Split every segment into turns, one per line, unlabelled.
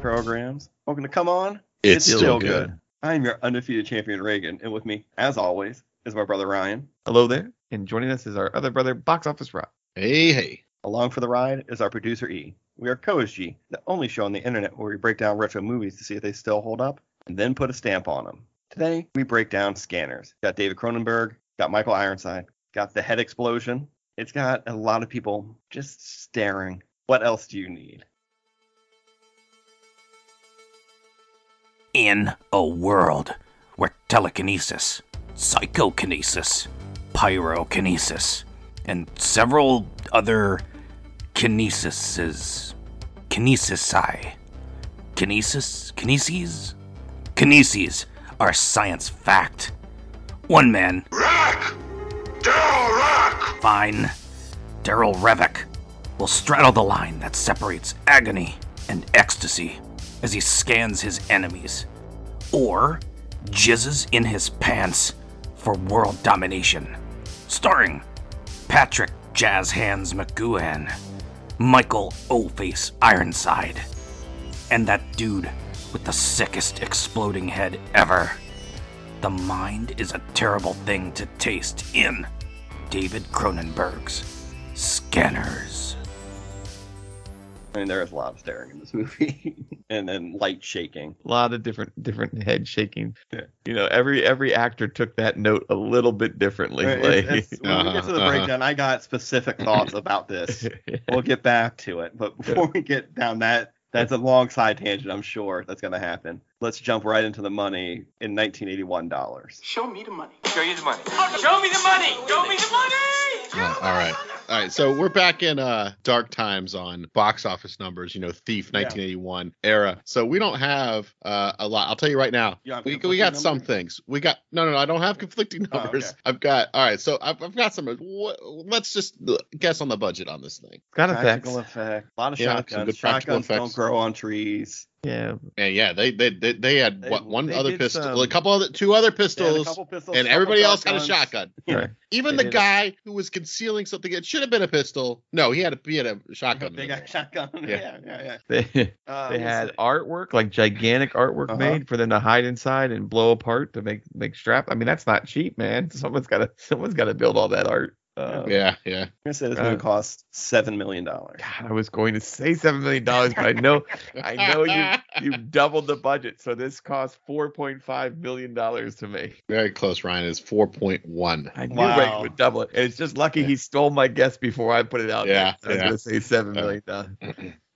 programs. Welcome to Come On.
It's, still, good.
I'm your undefeated champion, Reagan. And with me, as always, is my brother Ryan.
Hello there. And joining us is our other brother, Box Office Rob.
Hey, hey.
Along for the ride is our producer E. We are CoSG, the only show on the internet where we break down retro movies to see if they still hold up and then put a stamp on them. Today, we break down Scanners. Got David Cronenberg, got Michael Ironside, got the head explosion. It's got a lot of people just staring. What else do you need?
in a world where telekinesis, psychokinesis, pyrokinesis, and several other kinesises, kinesisi, kinesis, kineses, kineses are science fact. One man, fine, Daryl Revick, will straddle the line that separates agony and ecstasy as he scans his enemies, or jizzes in his pants for world domination. Starring Patrick Jazz Hands McGuhan, Michael O-Face Ironside, and that dude with the sickest exploding head ever. The mind is a terrible thing to taste in David Cronenberg's Scanners.
I mean, there is a lot of staring in this movie, and then light shaking.
A lot of different different head shaking.
Yeah.
You know, every every actor took that note a little bit differently.
Right,
like-
it's- it's- when we get to the
Uh-huh,
breakdown, I got specific thoughts about this. We'll get back to it, but before we get down that, that's a long side tangent. I'm sure that's going to happen. Let's jump right into the money in 1981 dollars.
Show me the money.
Show you the money. Show me the money. Show me the money.
Uh, all right. All right, so we're back in uh dark times on box office numbers, you know, Thief 1981 era. So we don't have uh a lot. I'll tell you right now.
You have
We, we
conflicting
got some
numbers?
things. We got no, no, no. I don't have conflicting
Oh, okay.
numbers. I've got all right. So I've, I've got some. wh- Let's just guess on the budget on this thing.
Got effects.
Practical effect. A lot of
Yeah, some
shotguns.
good practical
Shotguns don't
effects.
grow on trees.
Yeah.
And yeah, they they they, they had
They-
what one
they
other
did
pistol,
some-
a couple other two other
They had a
pistols,
couple pistols,
and
couple
everybody else got a
shotguns.
shotgun.
Right.
Even
They
the
did.
guy who was concealing something, it should have been a pistol. No, he had a he had a shotgun.
They
in
got
there.
shotgun. Yeah,
Yeah.
yeah, yeah.
They,
Uh,
they
let's
had
see.
artwork, like gigantic artwork
Uh-huh.
made for them to hide inside and blow apart to make make strap. I mean, that's not cheap, man. Someone's gotta someone's gotta build all that art. Uh,
Yeah, yeah.
I'm gonna say this
Uh,
movie cost seven million dollars.
God, I was going to say seven million dollars, but I know I know you you doubled the budget, so this cost four point five million dollars to me.
Very close, Ryan. Is four point one.
I knew
Wow.
Reagan would double it, and it's just lucky he stole my guess before I put it out.
Yeah,
there. I was
yeah.
gonna say seven
Yeah.
million dollars.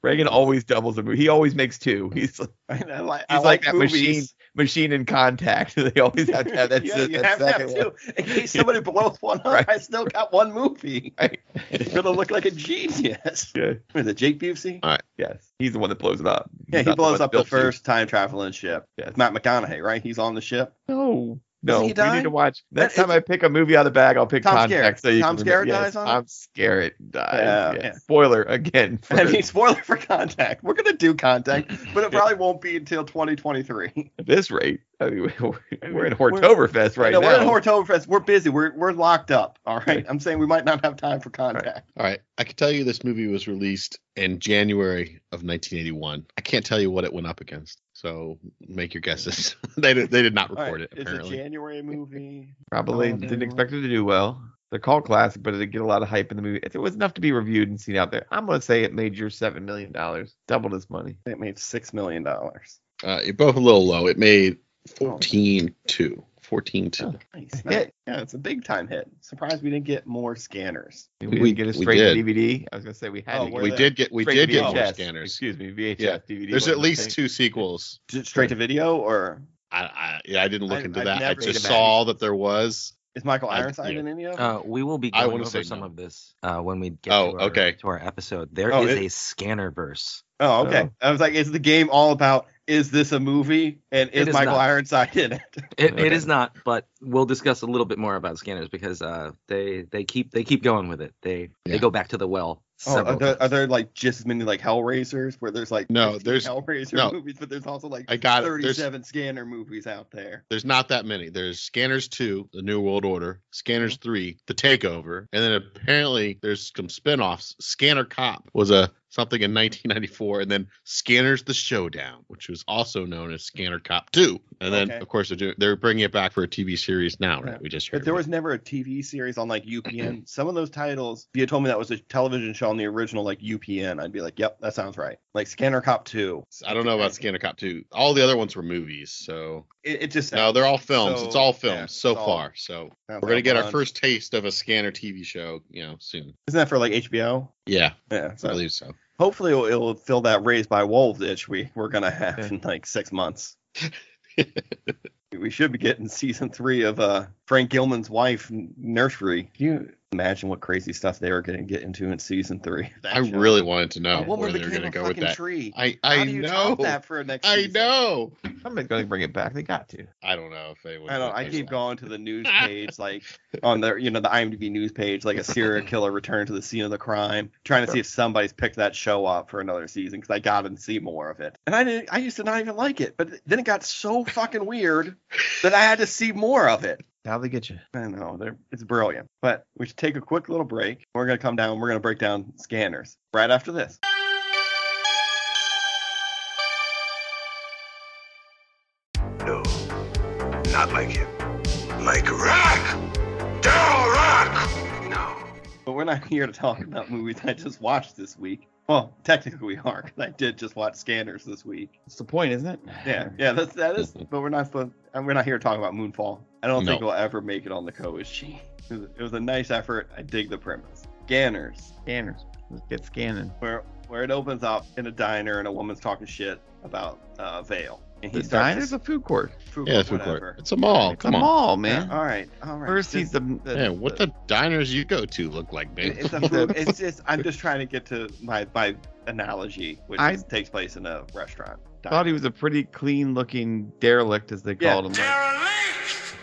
Reagan always doubles a movie. He always makes two. He's like,
I, I like, I
he's like,
like
that
movies.
machine machine in contact. they always have to have that,
yeah,
se-
you
that
have
second
that
one.
too. In case somebody blows one up,
Right.
I still got one movie.
Right.
It's gonna look like a genius.
Yeah.
Was it Jake Busey?
Yes, he's the one that blows it up. He's
Yeah,
not
he blows
one that
up the
built it.
first time traveling ship.
Yes.
Matt McConaughey, right? He's on the ship.
No.
Doesn't
No,
he
we
die?
need to watch.
That-
Next time I pick a movie out of the bag, I'll pick
Tom
Contact.
Skerritt.
So you
Tom
can remember-
Skerritt
yes,
dies on it?
Tom Skerritt dies.
Yeah,
yes.
yeah.
Spoiler again. For,
I mean, spoiler for Contact. We're gonna do Contact, but it probably won't be until 2023.
at this rate, I mean, we're, we're in
We're-
Hortoberfest right
no,
now.
we're in Hortoberfest. We're busy. We're we're locked up. All right. I'm saying we might not have time for Contact.
All right. I can tell you this movie was released in January of 1981. I can't tell you what it went up against. So make your guesses. they did, they did not
All
record
right,
it
It's a
apparently.
January movie.
Probably
Oh,
didn't
dude.
expect it to do well. They're called classic, but it did get a lot of hype in the movie. It was enough to be reviewed and seen out there. I'm gonna say it made your seven million dollars, doubled its money.
It made six million dollars.
Uh, you're both a little low. It made
Oh.
14 2. 14 2.
Nice.
A
nice.
hit.
Yeah, it's a big time hit. Surprised we didn't get more scanners.
We, didn't
We-
get a
we
straight
did.
DVD. I was gonna say we had
Oh,
to
were
get
We
there.
did get we
straight
did
to
get more
VHS.
scanners.
Excuse me, VHS
Yeah.
DVD.
There's at
wasn't a
least
thing.
two sequels.
Did it Straight to video, or
I, I yeah, I didn't look
I-
into
I've
that. I
never
just
seen a
saw that there was.
is Michael
I-
Ironside
yeah.
in any of them?
Uh, we will be
I
going
wanna
over
say
some
no.
of this uh, when we get
Oh,
to, our,
okay.
to our episode. There is
Oh, it-
a scanner verse.
oh, okay. I was like, is the game all about is this a movie and
It
is,
is
Michael
not.
Ironside in it?
It,
Okay.
it is not, but we'll discuss a little bit more about scanners because uh, they they keep they keep going with it. They
Yeah.
they go back to the well
Oh, are,
uh,
Several
there, are
times.
there like just as many like Hellraisers where there's like
No,
15
there's-
Hellraiser
no.
movies, but there's also like
I got it. There's
37 scanner movies out there.
There's not that many. There's Scanners 2, The New World Order, Scanners
Mm-hmm.
3, The Takeover, and then apparently there's some spin-offs. Scanner Cop was a something in 1994 and then Scanners the Showdown, which was also known as Scanner Cop 2. And then
Okay.
of course they're doing, they're bringing it back for a TV series now, right?
Yeah.
We just heard.
But there
about
was never a TV series on like UPN. Some of those titles, if you had told me that was a television show on the original like UPN, I'd be like, yep, that sounds right. Like Scanner Cop 2.
it. I don't know about Scanner Cop 2. All the other ones were movies, so
It, it just
no, they're all films.
So,
it's all
yeah,
films
it's
so
all-
far. So
Sounds
we're gonna
like
get our
fun.
first taste of a Scanner TV show, you know, soon.
Isn't that for like HBO?
Yeah,
Yeah.
I
So
believe so.
hopefully it'll, it'll fill that raised by wolves itch we we're gonna have
Yeah.
in like six months. we should be getting season three of uh Frank Gilman's wife N- nursery. Can you imagine what crazy stuff they were gonna get into in season three? of that
I
show?
really wanted to
a
know where
woman
they're
became
gonna
a
go with
fucking
that.
tree.
I
How
I
do you
know.
top that for next
I
season?
know.
Somebody's going to bring it back. They got to.
I don't know if they would.
I don't. I
would-
keep going to the news page, like on the you know the IMDb news page, like a serial killer returned to the scene of the crime, trying to see if somebody's picked that show up for another season because I got to see more of it. And I didn't. I used to not even like it, but then it got so fucking weird that I had to see more of it.
Now they get you.
I know they're, it's brilliant, but we should take a quick little break. We're gonna come down. We're gonna break down scanners right after this.
No, not like him. Like Rock! Daryl Rock! No.
But we're not here to talk about movies I just watched this week. Well, technically we are, 'cause I did just watch Scanners this week.
That's the point, isn't it?
Yeah, yeah, that's that is. But we're not supposed. and We're not here talking about Moonfall. I don't think
No.
we'll ever make it on the Koichi. It was, it was a nice effort. I dig the premise. Scanners,
Scanners. Let's get scanning.
where where it opens up in a diner and a woman's talking shit about uh, Vale, and
The
he starts
diner's a food court.
food
Yeah, food
whatever.
court. It's a mall.
It's
Come
a
on.
mall, man.
Yeah, all right, all right.
First, he's the.
Yeah, what the diners you go to look like, man?
It's, a, it's just I'm just trying to get to my my analogy, which
I-
is, takes place in a restaurant.
thought he was a pretty clean-looking derelict, as they
Yeah.
called him.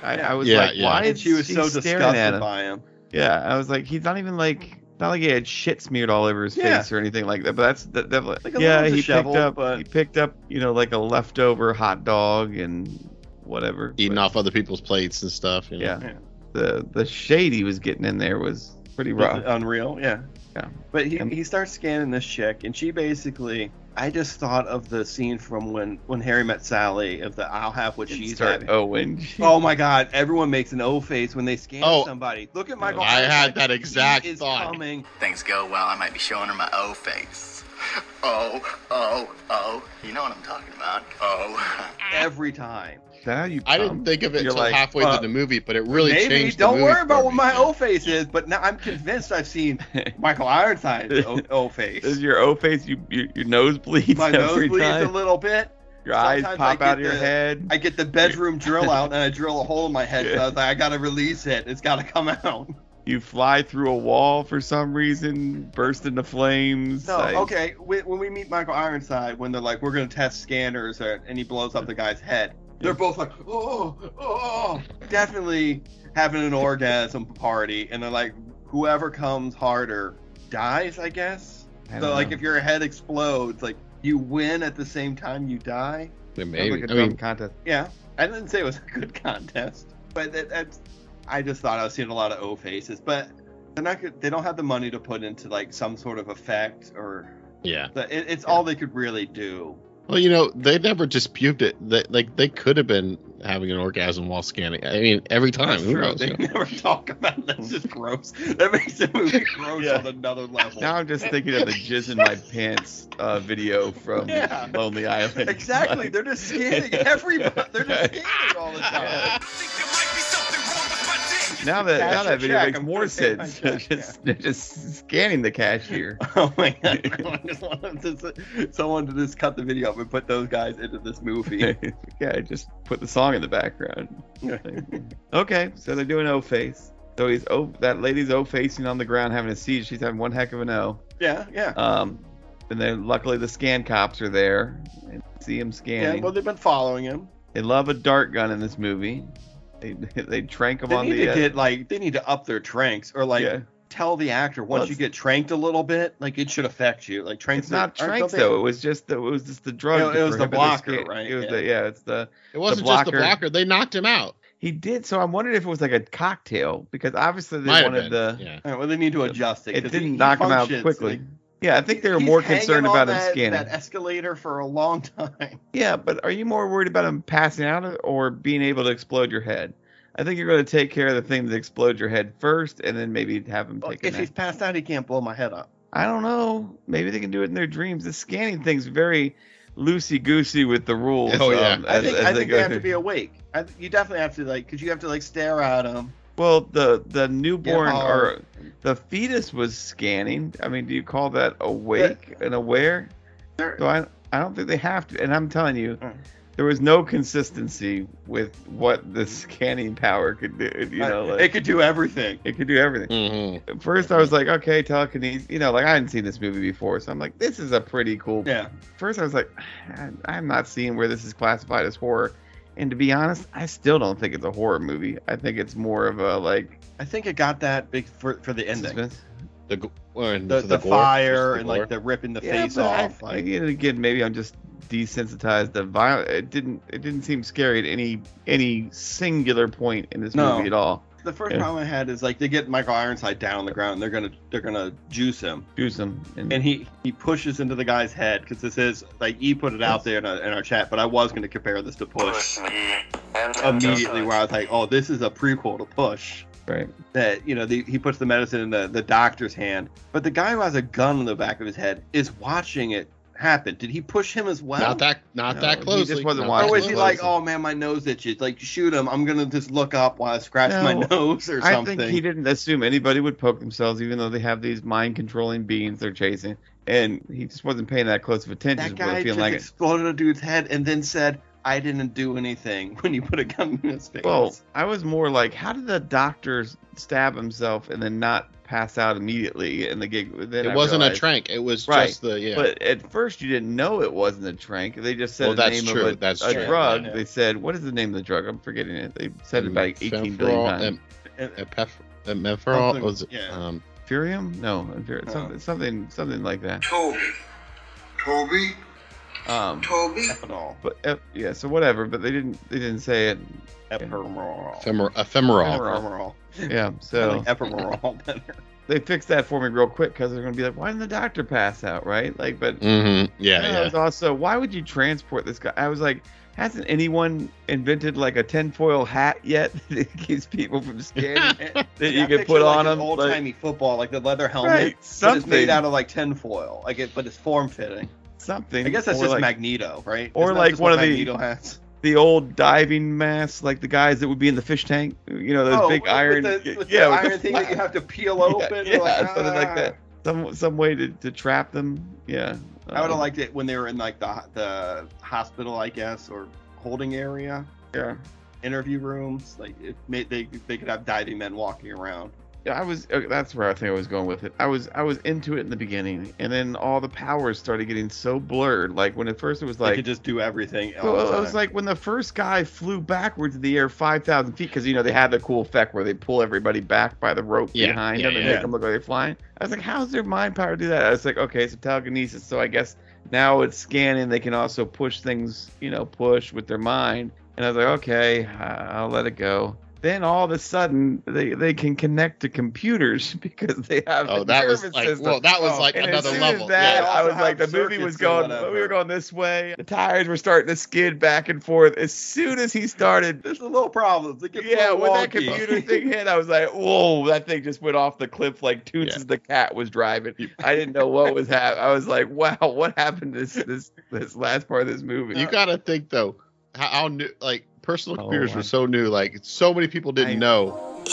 I, I was
Yeah,
like,
yeah.
why
and
is
she was so
staring at
disgusted
him?
by him.
Yeah, I was like, he's not even like, not like he had shit smeared all over his
Yeah.
face or anything like that. But that's that, that
Like a
yeah,
little
he picked
disheveled,
up,
but-
he picked up, you know, like a leftover hot dog and whatever.
Eating
But
off other people's plates and stuff. You know?
Yeah.
Yeah.
the the shade he was getting in there was pretty rough.
Unreal, yeah.
Yeah.
But he,
And-
he starts scanning this chick, and she basically, I just thought of the scene from when when Harry met Sally of the I'll have what she's
Start
having. Oh.
Owen.
my God! Everyone makes an O face when they scan
Oh.
somebody. Look at Michael.
I
Ironside.
had that
He
exact
is
thought.
coming.
things go well, I might be showing her my O face. Oh, oh, oh. You know what I'm talking about. Oh.
every time.
Is that how you?
I
come?
Um,
didn't think of it
You're
until
like,
halfway
uh,
through the movie, but it really
Maybe
changed. the
don't
movie
worry about
for
what
me.
my O face is, but now I'm convinced I've seen Michael Ironside's O, o face.
Is your O face? You, you your nose bleeds
My nose
every
bleeds
time.
a little bit.
your eyes
sometimes
pop
I get
out of your
the-
head.
I get the bedroom drill out and I drill a hole in my head. So I was like, I gotta release it. It's gotta come out.
you fly through a wall for some reason, burst into flames.
No,
I-
okay. When, when we meet Michael Ironside, when they're like, we're going to test scanners, or, and he blows up the guy's head, they're both like, oh, oh, definitely having an orgasm party. And they're like, whoever comes harder dies, I guess.
I don't
so, like,
know.
if your head explodes, like, you win at the same time you die.
Sounds
Maybe.
like a
I
dumb
mean,
contest.
Yeah. I didn't say it was a good contest, but that, that's. I just thought I was seeing a lot of O faces, but they're not. good- They don't have the money to put into like some sort of effect or
yeah.
but it, it's all they could really do.
Well, you know, they never disputed it. They, like they could have been having an orgasm while scanning. I mean, every time.
That's
Who
true.
knows?
they
you know?
never talk about that. That's just gross. That makes the movie gross
Yeah.
on another level.
Now I'm just thinking of the jizz in my pants uh, video from
Yeah.
Lonely Island.
exacybody, they're just scanning everybody. They're just scanning all the
Yeah.
time.
Now that
Cash
now
your
that video
check,
makes
I'm
more
gonna pay my
sense.
check,
just just scanning the cashier.
Oh my god! I just want them to, someone to just cut the video up and put those guys into this movie.
yeah, just put the song in the background.
Yeah.
okay, so they're doing O face. So he's O that lady's O facing on the ground having a siege. She's having one heck of an O.
yeah, yeah,
Um, and then luckily the scan cops are there and see him
yeah.
scanning.
Well, they've been following him.
They love a dart gun in this movie. They they trank him
They
on
need
the
to
uh,
get like they need to up their tranks or like
yeah.
tell the actor once
Well,
you get tranked a little bit, like it should affect you. Like tranked.
It's not
aren't- don't
trank
they-
though. It was just the, it was just the drug.
No, it
that
was the
prohibited
blocker,
skate-
right?
It was
Yeah.
the yeah. It's the
It wasn't just the
blocker.
blocker. They knocked him out.
he did. So I'm wondering if it was like a cocktail because obviously they
Might have
wanted
been.
the
Yeah.
All right, well, they need to adjust it.
It
'cause
didn't knock him out
functions,
quickly.
like,
yeah. I think they were
he's
more
hanging
concerned
on
about him
that-
scanning.
that escalator for a long time.
Yeah, but are you more worried about him passing out or being able to explode your head? I think you're going to take care of the thing that explodes your head first, and then maybe have him
Well,
take a
if
nap.
he's passed out, he can't blow my head up.
I don't know. Maybe they can do it in their dreams. The scanning thing's very loosey goosey with the rules.
Oh, yeah.
um,
I
as-
think,
as
I think
go
they have to
through.
be awake. I, th- you definitely have to like, because you have to like stare at him.
Well, the the newborn
Yeah,
or the fetus was scanning. I mean, do you call that awake and aware?
They're-
So I I don't think they have to. And I'm telling you,
Mm.
there was no consistency with what the scanning power could do. You know,
Uh,
like,
it could do everything.
it could do everything.
Mhm.
At first, I was like, okay, telekinesis. You know, like I hadn't seen this movie before, so I'm like, this is a pretty cool.
Yeah,
First, I was like, I- I'm not seeing where this is classified as horror. And to be honest, I still don't think it's a horror movie. I think it's more of a like
I think it got that big for for the ending, the,
Suspense.
The, g- or in-
the,
for gore.
fire
Just the
and
gore.
like the ripping the
Yeah,
face
but I-
off. like,
again, again, maybe I'm just desensitized to violence. It didn't. It didn't seem scary at any any singular point in this
No.
movie at all.
the first
Yeah.
problem I had is like they get Michael Ironside down on the ground. And they're gonna they're gonna juice him,
Gruesome.
and he he pushes into the guy's head because this is like E put it out there in our, in our chat. But I was gonna compare this to Push immediately, where I was like, oh, this is a prequel to Push.
right.
that you know the, he puts the medicine in the, the doctor's hand but the guy who has a gun in the back of his head is watching it happen did he push him as well
Not that, not
No, he
that
just
closely.
wasn't
Not
watching.
or
that
is he like
closely.
oh man my nose itches like shoot him i'm gonna just look up while i scratch my
No,
nose or
I
something
think he didn't assume anybody would poke themselves, even though they have these mind controlling beings they're chasing. And he just wasn't paying that close of attention.
that
to what
guy just
it feeling like it.
exploded a dude's head and then said i didn't do anything when you put a gun in his face
Well, I was more like, how did the doctor stab himself and then not pass out immediately? And the gig. Then I
It wasn't
realized-
a trank. It was
Right.
just the yeah.
But at first, you didn't know it wasn't a trank. They just said
Well,
the
that's
name
true.
of a,
That's
a
true.
drug.
Yeah.
They said, "What is the name of the drug?" I'm forgetting it. They said it about like 18 billion
Fenferal
times.
And-
Mm, and epef- and menferal
Something-
was it,
yeah.
um
Furium? No, inferi-
No.
Something, something, something like that.
Toby. Toby?
Um,
Toby?
ethanol
but uh, yeah, so whatever. But they didn't, they didn't say it.
ephemeral
ephemer- ephemeral.
ephemeral
Yeah,
I
so
like ephemeral better
they fixed that for me real quick because they're gonna be like, "Why didn't the doctor pass out?" Right? Like, but
Mm-hmm. Yeah,
And I
yeah.
was also, why would you transport this guy? I was like, hasn't anyone invented like a tinfoil hat yet that keeps people from scanning?
that
That you could put on him,
Old
like-
timey football, like the leather helmet.
right,
But it's
something.
made out of like tinfoil, like it, but it's form fitting.
something.
I guess that's
or
just
like
Magneto, right?
or
Isn't that
like
just
one
what
of the-
Magneto hats.
the old diving masks, like the guys that would be in the fish tank. You know, those
Oh,
big
with
iron.
the, with
yeah,
the
with the
iron thing that you
flap.
have to peel open.
Yeah,
You're like,
yeah, something like that.
"Ah."
Some some way to, to trap them. Yeah.
I would have
Um,
liked it when they were in like the the hospital, I guess, or holding area,
Yeah.
interview rooms. Like it made, they they could have diving men walking around.
Yeah, I was. Okay, that's where I think I was going with it. I was I was into it in the beginning, and then all the powers started getting so blurred. Like when at first it was
They
like
could just do everything. all
Well,
the
it was
time.
like when the first guy flew backwards in the air 5,000 feet because, you know, they had the cool effect where they pull everybody back by the rope
Yeah,
behind
yeah,
them and
yeah.
make them look like they're flying. I was like, how's their mind power do that? I was like, okay, so telekinesis. So I guess now it's scanning. They can also push things, you know, push with their mind. And I was like, okay, I- I'll let it go. Then all of a sudden, they, they can connect to computers because they have.
Oh,
a
that was
nervous
like
system.
well, that was
Oh,
like
And
another
as soon
level.
As that,
They
yeah.
I
also
was like, the
have
movie was
circuits or
going,
whatever.
we were going this way. The tires were starting to skid back and forth. As soon as he started,
there's a little problems. It gets a
yeah,
little
when
wonky.
that computer thing hit, I was like, whoa, that thing just went off the cliff like Toots
Yeah.
as the cat was driving. I didn't know what was happening. I was like, wow, what happened this this this last part of this movie?
You
Uh,
gotta think though, how, how new like personal
Oh,
computers
I-
were so new. Like so many people didn't
I-
know.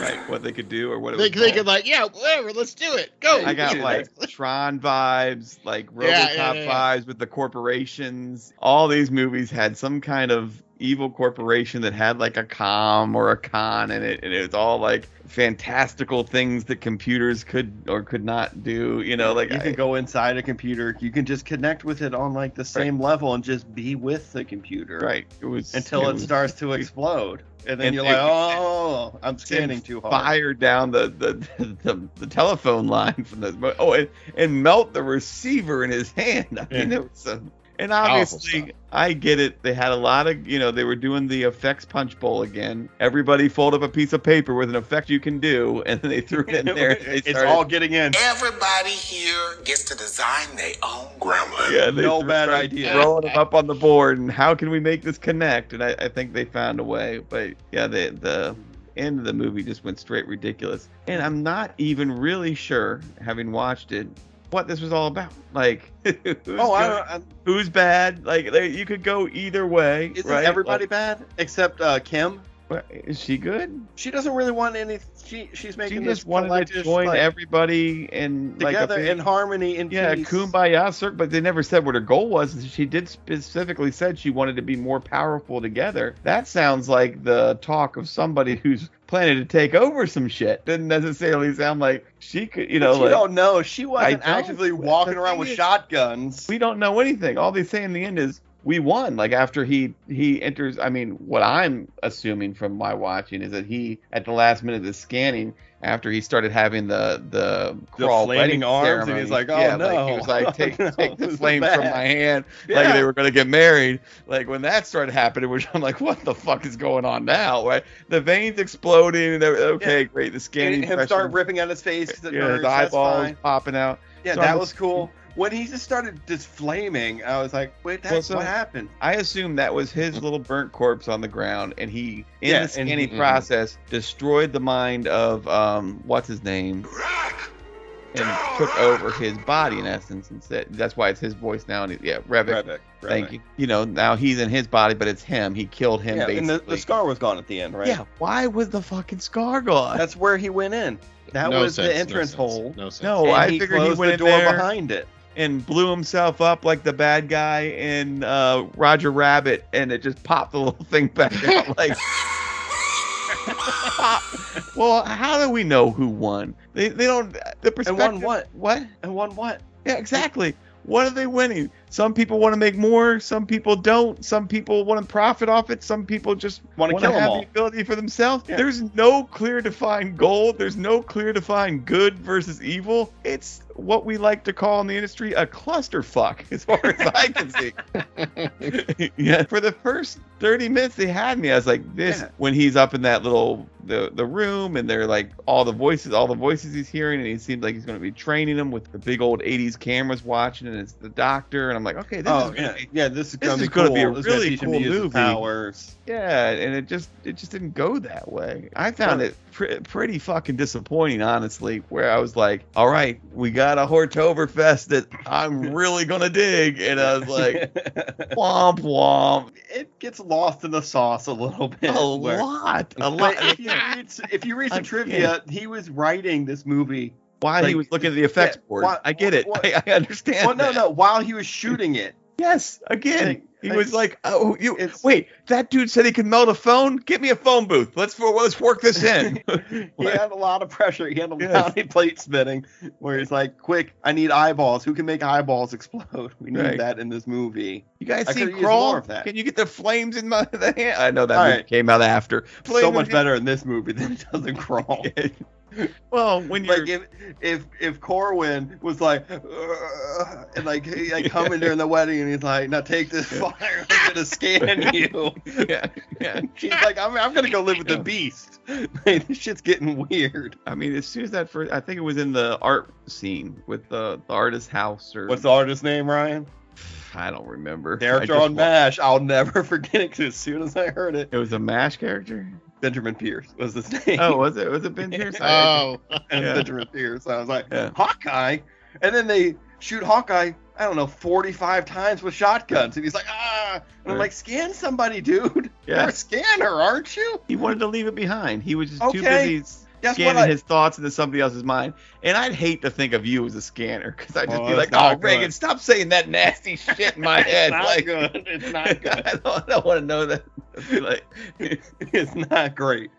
right, what they could do or what it
They,
was
they could
called.
like yeah, whatever, let's do it. Go.
I got like Tron vibes, like RoboCop
Yeah, yeah, yeah, yeah.
vibes with the corporations. All these movies had some kind of evil corporation that had like a com or a con in it, and it was all like fantastical things that computers could or could not do. You know, like
you
I-
can go inside a computer. You can just connect with it on like the same level and just be with the computer.
right. It was
Until it
was
starts to explode, and then
And
you're
it-
like, "Oh, I'm scanning
sending
too hard."
Fire down the the, the, the telephone line from the oh, and, and melt the receiver in his hand. I mean, it was a, and obviously,
stuff.
I get it. They had a lot of you know they were doing the effects punch bowl again. Everybody fold up a piece of paper with an effect you can do, and then they threw it in there. and they
it's
started-
all getting in.
Everybody here gets to design their own gremlin.
Yeah, they
No
threw-
bad
started
idea.
Rolling them up on the board, and how can we make this connect? And I, I think they found a way. But yeah, the the end of the movie just went straight ridiculous. And I'm not even really sure, having watched it, what this was all about. Like, who's,
Oh, I,
good,
don't- I,
who's bad? Like, they- you could go either way,
isn't
right?
everybody bad except uh, Kim?
Like, is she good?
She doesn't really want any. She she's
She
making this
just wanted to
collective,
join
like,
everybody and like a
together
big-
in harmony and
Yeah,
peace.
kumbaya, sir. But they never said what her goal was. She did specifically said she wanted to be more powerful together. That sounds like the talk of somebody who's planning to take over some shit. Didn't necessarily sound like she could, you know,
But you
like
don't know. She wasn't
don't,
actively
but the
walking around
thing
with
is-
shotguns.
we don't know anything. All they say in the end is we won. Like after he he enters, I mean, what I'm assuming from my watching is that he at the last minute of the scanning after he started having the the
The
crawl
flaming
wedding
arms, and
ceremony,
he's like, "Oh,
yeah, like,
no."
he was like, take,
No,
take the
this is
flame from
bad.
my hand,
Yeah.
like they were gonna get married. Like when that started happening, which I'm like, what the fuck is going on now? Right? The veins exploding, and everything. okay, great. The scanning,
and him start
pressure-
ripping at his face.
yeah,
nerves,
his
that's
eyeballs
fine.
popping out.
Yeah,
So
that
I'm-
was cool. When he just started just flaming, I was like, "Wait, that's
Well, so-
what happened."
I assume that was his little burnt corpse on the ground, and he, in
Yeah,
the
and- mm-hmm.
scanning
mhm.
process, destroyed the mind of um, what's his name,
Rock!
and took over his body in essence. And said, that's why it's his voice now. And he, yeah, Revic,
Rebek,
thank you. You know, now he's in his body, but it's him. He killed him.
Yeah,
basically.
and the, the scar was gone at the end, right?
Yeah, why was the fucking scar gone?
that's where he went in. That
No
was
sense,
the
no
entrance
sense,
hole.
No sense.
No,
and
Oh, I
he
figured he
closed
went
the
in
door
there
behind it.
and blew himself up like the bad guy in uh, Roger Rabbit, and it just popped the little thing back out. Like, Pop. well, how do we know who won? They, they don't. The perspective.
what?
What?
And won what?
Yeah, exactly. What are they winning? Some people want to make more. Some people don't. Some people want to profit off it. Some people just
Wanna
wanna
kill 'em
have
all.
the ability for themselves.
Yeah.
There's no clear defined goal. There's no clear defined good versus evil. It's what we like to call in the industry a clusterfuck, as far as I can see yeah. For the first 30 minutes they had me, I was like, this
Yeah.
when he's up in that little the the room and they're like all the voices, all the voices he's hearing, and he seems like he's gonna be training them with the big old 80s cameras watching, and it's the doctor, and I'm like, okay, this
oh
is
yeah,
gonna be-
yeah. This is
this
gonna
is
be cool.
gonna be a
This is gonna
really
teach him
cool
to use his
movie.
Powers.
yeah, and it just it just didn't go that way. I found it pre- pretty fucking disappointing, honestly. Where I was like, all right, we got a Hortoberfest that I'm really gonna dig, and I was like, womp womp.
it gets lost in the sauce a little bit.
a
where-
lot, a
But
lot.
if, you read, if you read
I
some
can't.
trivia, he was writing this movie.
Why he
like-
was looking at the effects
yeah,
board?
why-
I get it.
why-
I, I understand.
Well, no,
that.
no. While he was shooting it,
Yes, again,
Like-
he
like-
was like, "Oh, you
It's-
wait. That dude said he could melt a phone. Get me a phone booth. Let's for let's work this in."
he
Like,
had a lot of pressure. He had a
Yes.
lot of plate spinning, where he's like, "Quick, I need eyeballs. Who can make eyeballs explode? We need
Right.
that in this movie."
you guys
I
see
could've used more
crawl?
of that.
Can you get the flames in my the hand? I know that
All
movie
right.
came out after.
so
Flame
much
in-
better in this movie than it does in Crawl.
Well, when you're
Like if if if Corwin was like "Ugh," and like he like coming during the wedding and he's like now take this
Yeah.
fire I'm gonna scan you
yeah, yeah.
she's like I'm, I'm gonna go live with the
Yeah.
beast like, this shit's getting weird
I mean, as soon as that first, I think it was in the art scene with the, the artist's house or
what's the artist's name Ryan
I don't remember. I
Character
just
on
wa-
Mash. I'll never forget it 'cause as soon as I heard it,
It was a MASH character?
Benjamin Pierce was his name.
Oh, was it? Was it Ben Pierce? I-
Oh,
Uh, And
yeah.
Benjamin Pierce. I was like,
Yeah.
Hawkeye? And then they shoot Hawkeye, I don't know, 45 times with shotguns. And he's like, ah. And I'm
Right.
like, scan somebody, dude. You're
Yeah.
a scanner, aren't you?
He wanted to leave it behind. He was just too
Okay.
busy
Guess
scanning
what? I,
his thoughts into somebody else's mind. And I'd hate to think of you as a scanner because I'd just
Oh,
be
that's
like,
not
oh,
good.
Reagan, stop saying that nasty shit in my head.
it's not
like,
good. It's not good.
I don't, I don't want to know that. like,
it's not great.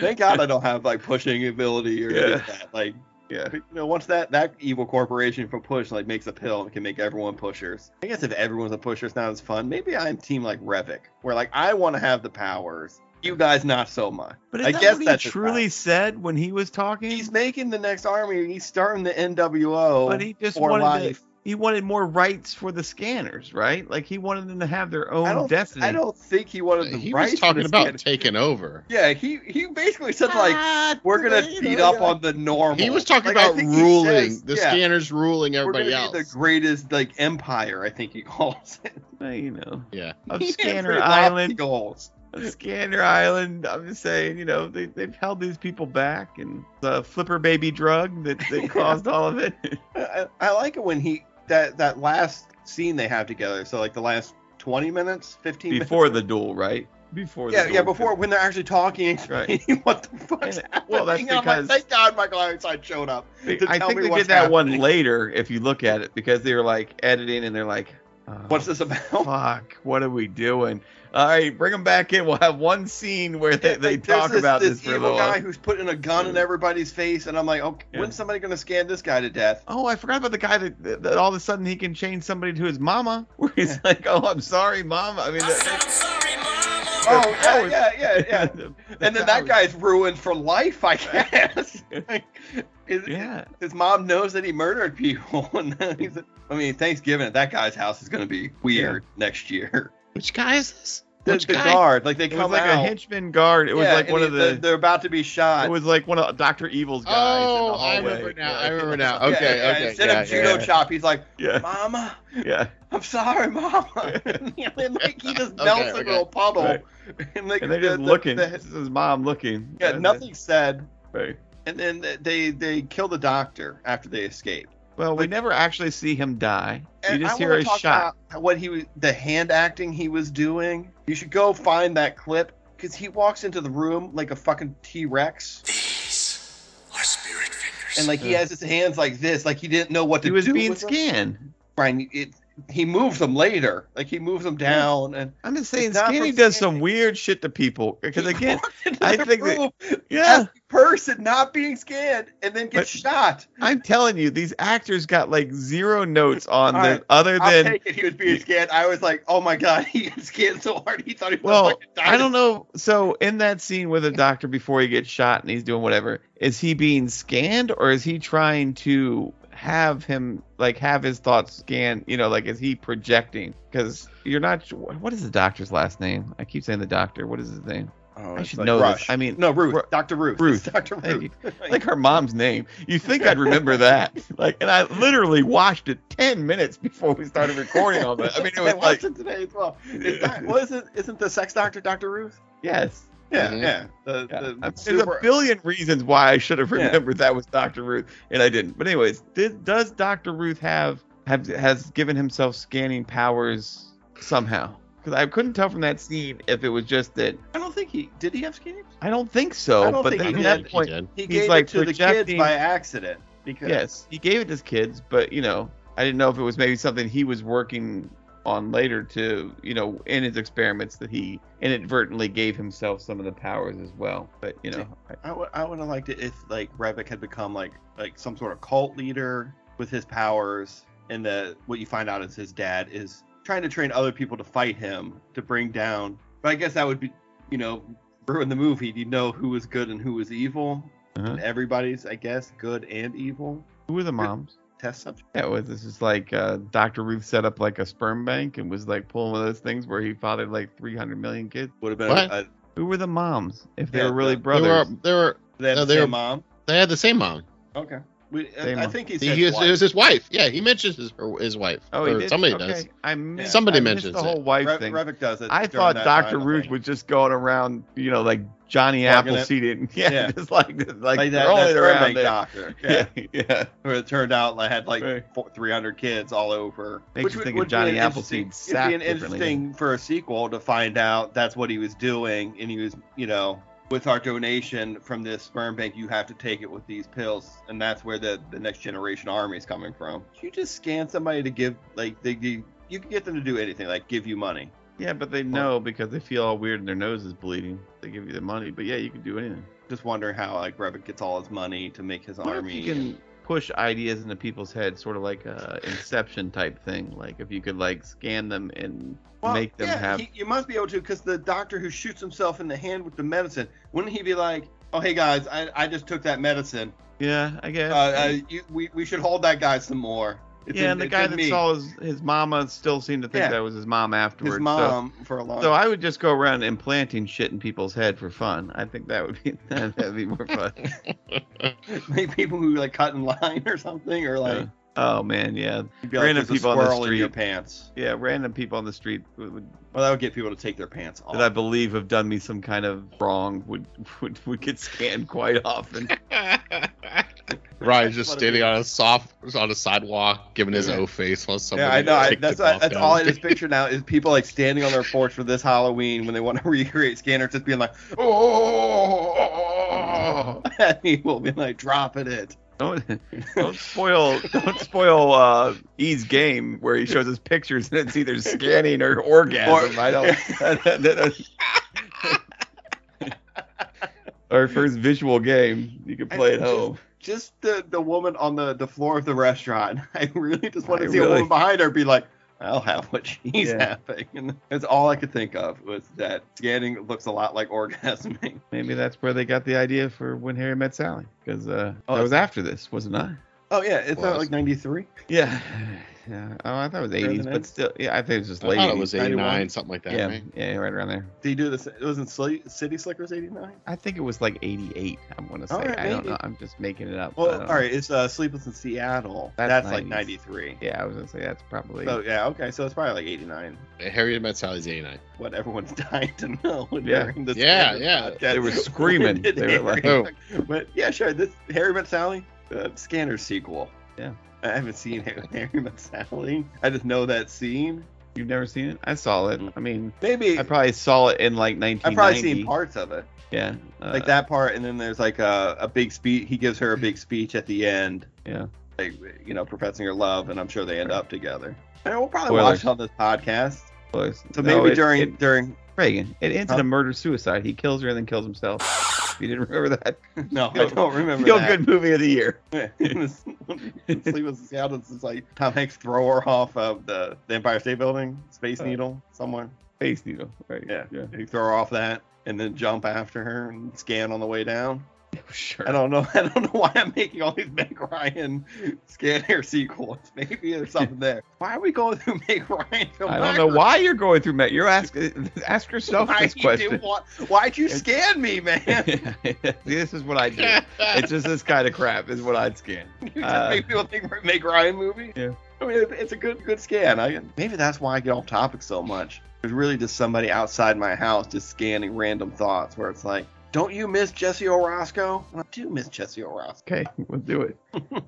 Thank God I don't have like pushing ability or any of
Yeah.
that. Like
yeah.
you know, once that that evil corporation for push like makes a pill and can make everyone pushers. I guess if everyone's a pusher, it's not as fun. Maybe I'm team like Revic, where like I want to have the powers. You guys not so much.
But
I
is that
guess
what he
that's his
truly
power.
said when he was talking?
He's making the next army. He's starting the NWO.
but he just
for
wanted
life.
To, he wanted more rights for the scanners, right? Like he wanted them to have their own
I don't.
destiny.
I don't think he wanted the
he
rights
was
to
talking
the
about
scan-
taking over.
Yeah, he he basically said like we're gonna beat up on the normal.
He was talking
Like, I
about
think he
ruling
says-
the
yeah,
scanners, ruling everybody
we're gonna
else.
Be the greatest like empire, I think he calls it.
Well, you know,
yeah,
of
He had
Scanner
pretty lofty
Island,
goals.
of Scanner Island. I'm just saying, you know, they, they've held these people back, and the flipper baby drug that, that
Yeah.
caused all of it.
I, I like it when he that that last scene they have together. So like the last twenty minutes, fifteen
before
minutes.
the duel, right? Before the
yeah,
duel.
yeah, before when they're actually talking, and
Right.
explaining what the fuck's
And-
happening.
well, that's
I'm
because-
like, thank God Michael Ironside showed up.
They-
to
I
tell
think
me
they
what's
did that one
happening.
later. If you look at it, because they were like editing and they're like, uh,
What's this about?
fuck? What are we doing? All right, bring them back in. We'll have one scene where they, they
Like, there's
talk about this, for a
evil
little
guy
while.
who's putting a gun in everybody's face, and I'm like, okay,
Yeah.
when's somebody gonna scan this guy to death?
Oh, I forgot about the guy that, that, that all of a sudden he can change somebody to his mama. Where he's like, "Oh, I'm sorry, mama." I mean, the,
Oh yeah,
powers-
yeah, yeah, yeah.
the- the
and then that
powers.
guy's ruined for life, I guess. Like, is-
Yeah.
His mom knows that he murdered people. And then he's, I mean, Thanksgiving at that guy's house is going to be weird next year.
which guy is this?
The,
Which
the
guy?
guard, like they
It was
come
like
out.
a henchman guard. It was
yeah,
like
and
one
he-
of the.
They're about to be shot.
it was like one of Doctor Evil's guys. in
Oh,
the
I
hallway.
remember now.
Yeah.
I remember now.
Yeah,
Okay,
yeah,
okay.
Instead
yeah,
of
yeah,
judo
yeah.
chop, he's like,
Yeah,
"Mama,
yeah.
I'm sorry, Mama." and like he just
Okay,
melts into
okay.
a puddle,
Right.
and like
And they're
the-
just
the-
looking.
the-
this is his mom looking.
yeah,
And
nothing said.
then- Right.
And then th- they they kill the doctor after they escape.
Well, we
Like-
never actually see him die. You
And
just
I
hear
wanna
a
talk
shot.
about What he was, the hand acting he was doing. You should go find that clip because he walks into the room like a fucking T Rex,
These are spirit fingers.
and like he has his hands like this, like he didn't know what to
He was
do.
being
with them.
scanned.
Brian, it, he moves them later. Like he moves them down, and
I'm just saying,
It's not
Scanny
for
does some
scanning.
weird shit to people. Because
he
again,
walks into
I
the
think that-
room,
yeah,
person not being scanned, and then
But-
gets shot.
I'm telling you, these actors got like zero notes on
All
them
right,
other
I'll
than.
take it. He was being scanned. I was like, oh my god, he got scanned so hard he thought he was a
Well,
fucking
I don't
dinosaur.
know. So in that scene with the doctor before he gets shot and he's doing whatever, is he being scanned or is he trying to have him like have his thoughts scanned? You know, like is he projecting? Because you're not. su- What is the doctor's last name? I keep saying the doctor. What is his name?
Oh,
I
it's
should know this. I mean,
no, Ruth,
Ru-
Doctor Ruth,
Ruth.
Doctor
Thank you.
Ruth.
Like her mom's name. You think I'd remember that? Like, and I literally watched it ten minutes before we started recording all that. I mean, it was
I watched
like,
it today as well. Is
Yeah.
that, wasn't isn't the sex doctor Doctor Ruth?
yes.
Yeah,
Mhm.
yeah. The,
Yeah.
the
I mean, There's
super,
a billion reasons why I should have
Yeah.
remembered that was Dr. Ruth, and I didn't. But anyways, did, does Dr. Ruth have have has given himself scanning powers somehow? Because I couldn't tell from that scene if it was just that.
I don't think he did. He have skinny?
I don't think so.
I don't
but
think
then
he
at
did.
that
He
point,
did.
He
He's
gave
like
it to the kids
projecting-
by accident because
yes, he gave it to his kids, but you know, I didn't know if it was maybe something he was working on later to you know in his experiments that he inadvertently gave himself some of the powers as well. But you know, I-
I would I would have liked it if like Revic had become like like some sort of cult leader with his powers, and the what you find out is his dad is trying to train other people to fight him to bring down. But I guess that would be you know ruin the movie. You know who was good and who was evil,
Uh-huh.
and everybody's I guess good and evil.
who were the moms?
Test subject.
Yeah, well, this is like uh, Dr. Ruth set up like a sperm bank and was like pulling one of those things where he fathered like 300 million kids.
Would have been
What?
a,
Who were the moms if they
Yeah,
were really
the-
They were,
brothers?
they were,
they had
No,
the
they
same
were-
mom.
they had the same mom.
Okay. We,
Same
I, I
mom.
think he
He,
said
he was,
wife.
it was his wife. Yeah, he mentions his, her, his wife.
oh, he
Or
did?
Somebody
okay.
does.
I missed,
Somebody
I missed
mentions
the
it.
whole wife
Re-
thing.
Revic does it.
I
during
thought
that
Dr.
time, I
Ruth
think.
was just going around, you know, like Johnny
Plugging it.
Appleseed. and- Yeah,
Yeah.
just like, like,
like that,
rolling
that
it around.
survey
there.
doctor. Yeah.
Yeah, yeah.
But it turned out I had like
Right.
four, 300 kids all over.
Makes you
would-
think of
would be
Johnny
an
Appleseed
interesting- It'd be an
sapped differently,
interesting for a sequel to find out that's what he was doing, and he was, you know, with our donation from this sperm bank, you have to take it with these pills, and that's where the the next generation army is coming from. You just scan somebody to give like they, they you can get them to do anything, like give you money.
Yeah, but they know because they feel all weird and their nose is bleeding. They give you the money, but yeah, you can do anything.
Just wondering how like Revit gets all his money to make his
What if
army.
you can push ideas into people's heads, sort of like a Inception type thing. Like if you could like scan them and
Well,
make them
yeah,
have.
he- you must be able to, because the doctor who shoots himself in the hand with the medicine, wouldn't he be like, "Oh, hey guys, I, I just took that medicine.
Yeah, I guess.
Uh, uh, you, we we should hold that guy some more." It's in-
yeah, and the
it's
guy
in
that
me.
saw his, his mama still seemed to think
Yeah.
that was his mom afterwards.
his
so-
mom for a long.
So I would just go around implanting shit in people's head for fun. I think that would be that'd be more fun.
like people who like cut in line or something, or like,
oh man, yeah,
you'd be like,
Random
"There's a
people on the
squirrel in your
street.
pants.
yeah. Random people on the street would, would,
Well, that would get people to take their pants off.
that I believe have done me some kind of wrong would would, would get scanned quite often.
Ryan's just
What a
standing on a soft on a sidewalk, giving his
Yeah.
O face while somebody.
yeah, I know. I,
kicked
that's
him
I,
off
that's
down
all
the
I just picture now is people like standing on their porch for this Halloween when they want to recreate scanners, just being like, "Oh," and he will be like dropping it.
Don't don't spoil don't spoil uh, E's game where he shows his pictures and it's either scanning or orgasm.
Or-
I don't. Our first visual game you can play at home.
just the the woman on the the floor of the restaurant. I really just want
I
to see a
really-
woman behind her be like, "I'll have what she's
Yeah.
having." And that's all I could think of was that scanning looks a lot like orgasming.
Maybe that's where they got the idea for when Harry met Sally, because uh,
Oh,
that was after this, wasn't I?
Oh yeah, it's not
Was.
like '93.
Yeah. Yeah. Oh, I thought it was eighties, but
90s?
still, yeah, I think it was just
I
late.
thought it was
91.
89, something like that.
yeah,
Right?
yeah, right around there.
Did you do this? It was in Sli- City Slickers '89.
I think it was like eighty-eight. I'm gonna say.
All right,
I don't
maybe.
know. I'm just making it up. I
Well,
don't
all
know.
right, it's uh, Sleepless in Seattle.
Uh-huh. That's
That's, like
90s.
'93.
Yeah, I was gonna say that's probably.
So yeah, okay, so it's probably like '89.
Harry Met Sally's 89.
What everyone's dying to know
Yeah.
during this
Yeah,
podcast.
yeah. Oh.
They were
When
screaming.
did
They were like-
Harry- but yeah, sure. This Harry Met Sally, uh, Scanner sequel.
Yeah.
I haven't seen Harry, Harry Met Sally. I just know that scene.
You've never seen it? I saw it. I mean,
Maybe
I
I
probably saw it in like 1990.
have probably seen parts of it,
Yeah. uh,
like that part, and then there's like a, a big speech. He gives her a big speech at the end.
Yeah.
like you know, professing her love, and I'm sure they end up together. And we'll probably watch
Spoilers.
it on this podcast.
Close.
So
No,
maybe
it-
during
it-
during
Reagan. It ends in
Huh?
a murder suicide. He kills her and then kills himself. If you didn't remember that,
no, I
Feel-
don't remember.
feel
that.
good movie of the year.
Yeah, this- Sleepless in Seattle. It's just like Tom Hanks throw her off of the, the Empire State Building, Space
Uh,
Needle, somewhere.
Face needle. Right.
Yeah.
Yeah.
You throw her off that and then jump after her and scan on the way down.
Oh, Sure.
I don't know. I don't know why I'm making all these Meg Ryan scanner sequels. Maybe there's something there. Why are we going through Meg Ryan film?
I don't know why you're going through Matt. You're asking ask yourself
Why
this question.
would you scan me, man?
See, this is what I do. It's just this kind of crap is what I'd scan.
You just
Uh,
make people think we're a Meg Ryan movie.
Yeah.
I mean, it- it's a good good scan. I, maybe that's why I get off topic so much. There's really just somebody outside my house just scanning random thoughts where it's like, don't you miss Jesse Orozco? And I do miss Jesse Orozco.
Okay, we'll do it.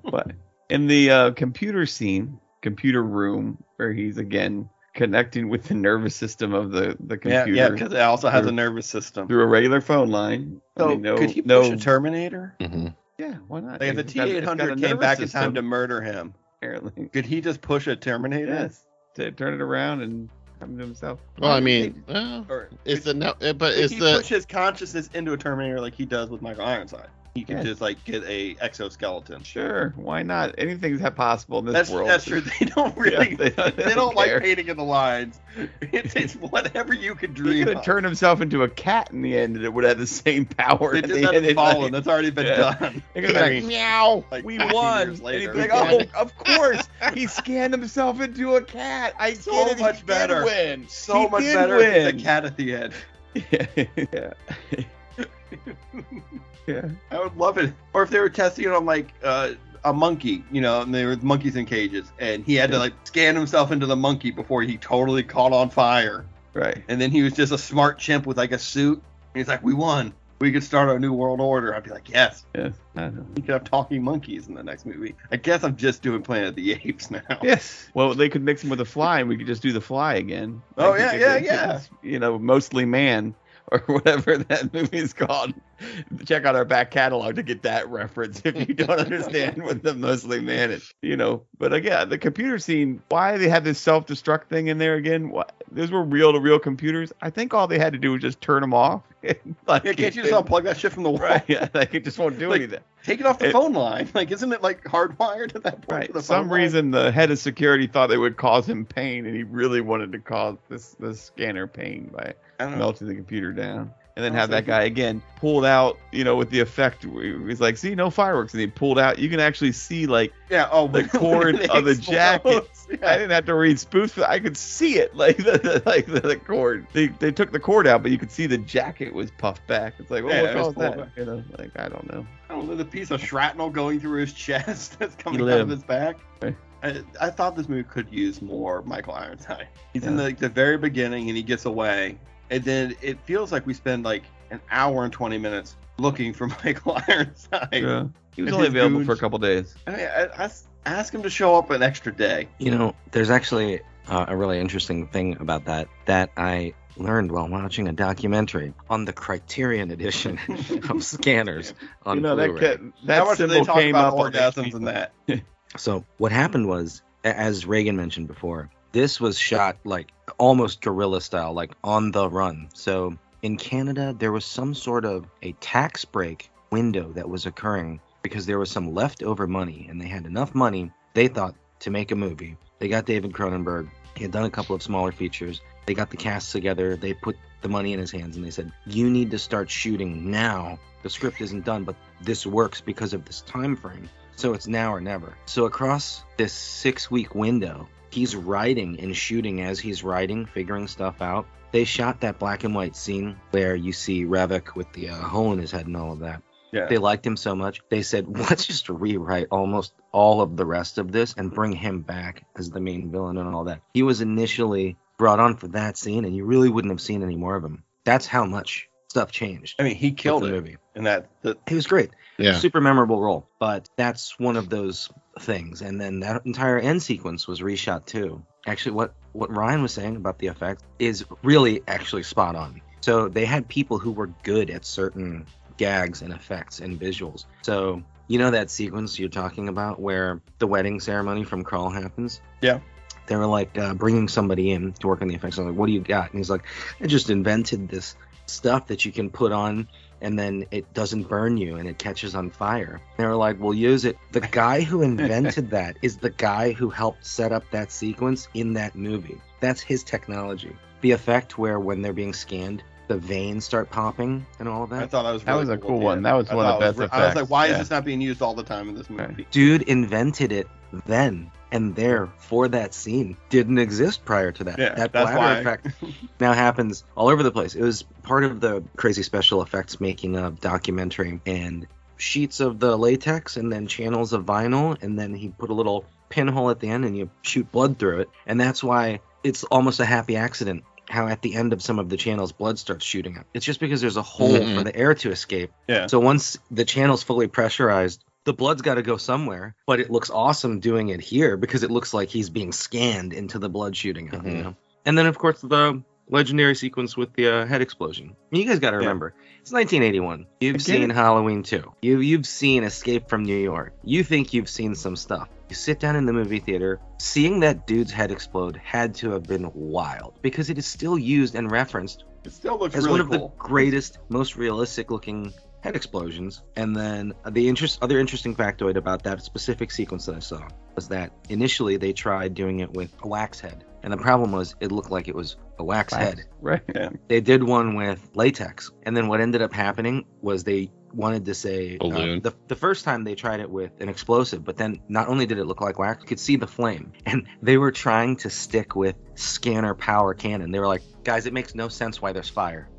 but in the uh, computer scene, computer room, where he's again connecting with the nervous system of the, the computer
Yeah, yeah, because it also has
Through-
a nervous system.
through a regular phone line. I
so
mean, no-
could you push
no,
a Terminator?
Mhm.
Yeah, why not?
Like if the
It's got- it's got a
T800 came
nervous
back in
system,
time to murder him,
apparently.
could he just push a Terminator?
Yes, to turn it around and come to himself.
Well, I mean, well,
Or
is the no, eh, but
could
is
he
the
push his consciousness into a Terminator like he does with Michael Ironside? He could
Yeah.
just like get a exoskeleton.
Sure, why not? Anything's ha- possible in this
That's,
world.
that's true. They don't
Yeah,
really.
they don't,
they, don't
care.
like painting in the lines. It's, it's whatever you could
He
dream
could
of.
have turned himself into a cat in the end, and it would have the same power.
they
at
just
the end.
haven't
It's
fallen.
like-
That's already been
Yeah.
done.
They're gonna
I
be like,
mean,
meow,
like
we
15
won.
years
And he'd
later.
be like, oh,
Yeah.
of course, he scanned himself into a cat. I
So
get it. He
much
did
better.
Win.
So
He
much
did
better than
win.
the cat at the end.
yeah, yeah.
I would love it. Or if they were testing it on like uh, a monkey, you know, and there were monkeys in cages, and he had to like scan himself into the monkey before he totally caught on fire,
Right.
and then he was just a smart chimp with like a suit. And he's like, "We won. We could start our new world order." I'd be like, "Yes."
Yes. I know.
You could have talking monkeys in the next movie. I guess I'm just doing Planet of the Apes now.
Yes. Well, they could mix him with a fly, and we could just do the fly again.
Oh,
Like,
yeah,
we
yeah,
could-
yeah.
You know, mostly man or whatever that movie is called. Check out our back catalog to get that reference if you don't understand what the mostly man is, you know. But again, the computer scene, why they had this self destruct thing in there again? What, those were real to real computers. I think all they had to do was just turn them off. like,
Yeah, can't you
they-
just unplug that shit from the wall?
Right, yeah, like it just won't do
Like,
anything.
Take it off the
It-
phone line. Like, isn't it like hardwired at that point?
Right.
to the
For some
phone line?
reason, the head of security thought it would cause him pain, and he really wanted to cause this the scanner pain by
I don't know.
melting the computer down. And then
I
have
Mm. was
that guy again pulled out, you know, with the effect. where He's like, see, no fireworks. And he pulled out. You can actually see, like,
Yeah. Oh,
the cord
it
of the
explodes.
jacket. I
Yeah.
didn't have to read spoofs, but I could see it, like the, the like the, the cord. They, they took the cord out, but you could see the jacket was puffed back. It's like, well,
Yeah,
what
it was
caused that?
pulled back.
You know, like I don't know.
Oh, look at the piece of shrapnel going through his chest that's coming out of
lived.
his back.
Right.
I, I thought this movie could use more Michael Ironside. He's in
Yeah.
like the very beginning and he gets away, and then it feels like we spend like an hour and twenty minutes looking for Michael Ironside.
Yeah. He was
And
only
his
available
goons-
for a couple days.
I mean, I, I s- ask him to show up an extra day.
You know, there's actually uh, a really interesting thing about that that I learned while watching a documentary on the Criterion edition of Scanners on
you know that
Blu-ray.
ca- that
How much did
symbol
they talk
came
about
up on
orgasms and that?
So what happened was, a- as Reagan mentioned before, this was shot like almost guerrilla style, like on the run. So in Canada, there was some sort of a tax break window that was occurring because there was some leftover money, and they had enough money they thought to make a movie. They got David Cronenberg. He had done a couple of smaller features. They got the cast together. They put the money in his hands, and they said, "You need to start shooting now. The script isn't done, but this works because of this time frame." So it's now or never. So across this six week window, he's writing and shooting as he's writing, figuring stuff out. They shot that black and white scene where you see Ravik with the uh, hole in his head and all of that.
Yeah.
They liked him so much, they said, let's just rewrite almost all of the rest of this and bring him back as the main villain and all that. He was initially brought on for that scene, and you really wouldn't have seen any more of him. That's how much stuff changed.
I mean, he killed
with the
it,
movie.
and that the,
He was great
Yeah.
super memorable role. But that's one of those things. And then that entire end sequence was reshot too. Actually, what what Ryan was saying about the effects is really actually spot on. So they had people who were good at certain gags and effects and visuals. So you know that sequence you're talking about where the wedding ceremony from Crawl happens.
Yeah.
They were like uh, bringing somebody in to work on the effects. I'm like, what do you got? And he's like, I just invented this stuff that you can put on and then it doesn't burn you and it catches on fire. They were like, we'll use it. The guy who invented that is the guy who helped set up that sequence in that movie. That's his technology. The effect where when they're being scanned, the veins start popping and all of
I
that.
thought that was
That
really
was a
at
cool
the
one.
end.
That was
I
one of
thought it
the best
re- I was like,
effects.
why is
Yeah.
this not being used all the time in this movie?
Right.
Dude invented it then and there for that scene. Didn't exist prior to that.
Yeah,
that
that's
bladder
why.
effect now happens all over the place. It was part of the crazy special effects making of documentary and sheets of the latex and then channels of vinyl and then he put a little pinhole at the end and you shoot blood through it and that's why it's almost a happy accident how at the end of some of the channels blood starts shooting up. It's just because there's a hole
Mhm.
for the air to escape.
Mm-hmm. Yeah.
So once the channel's fully pressurized, the blood's got to go somewhere, but it looks awesome doing it here because it looks like he's being scanned into the blood shooting up, you
Mhm.
know. And then of course the legendary sequence with the uh, head explosion. I mean, you guys got to
Yeah.
remember, it's 1981. You've
Again.
seen Halloween 2. You you've seen Escape from New York. You think you've seen some stuff. You sit down in the movie theater, seeing that dude's head explode had to have been wild because it is still used and referenced
It still looks
as
really
one of
cool.
the greatest, most realistic looking head explosions. And then the interest, other interesting factoid about that specific sequence that I saw was that initially they tried doing it with a wax head, and the problem was it looked like it was a wax, head.
Right.
They did one with latex, and then what ended up happening was they wanted to say uh,
Balloon.
the, the first time they tried it with an explosive but then not only did it look like wax you could see the flame and they were trying to stick with scanner power cannon they were like guys it makes no sense why there's fire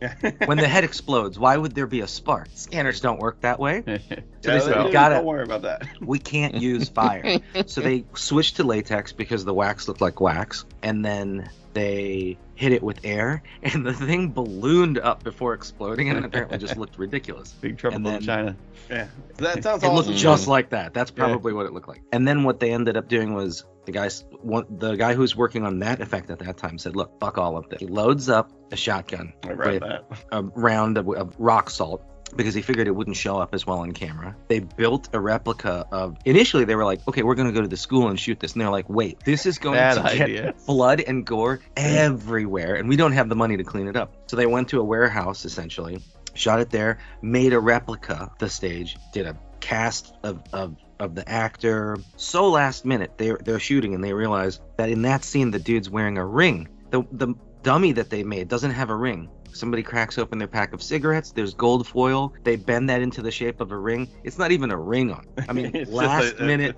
when the head explodes, why would there be a spark? Scanners don't work that way. So they
Yeah,
said,
don't-
we gotta,
Don't worry about that.
we can't use fire. so they switched to latex because the wax looked like wax, and then they hit it with air, and the thing ballooned up before exploding, and apparently just looked ridiculous.
Big Trouble in
And
Little
then-
China.
Yeah, that sounds
It
awesome.
looked
Mhm.
just like that. That's
Yeah.
probably what it looked like. And then what they ended up doing was the guys, one, the guy who was working on that effect at that time said, "Look, fuck all of this." He loads up a shotgun
I read
with
that.
a round of, of rock salt because he figured it wouldn't show up as well on camera. They built a replica of. Initially, they were like, okay, we're going to go to the school and shoot this. And they're like, wait, this is going
Bad
to get
idea.
blood and gore everywhere, and we don't have the money to clean it up. So they went to a warehouse essentially, shot it there, made a replica of the stage, did a cast of, of of the actor. So last minute they they're shooting and they realize that in that scene the dude's wearing a ring. The the dummy that they made doesn't have a ring. Somebody cracks open their pack of cigarettes. There's gold foil. They bend that into the shape of a ring. It's not even a ring on. it. I mean,
It's just
last
a-
minute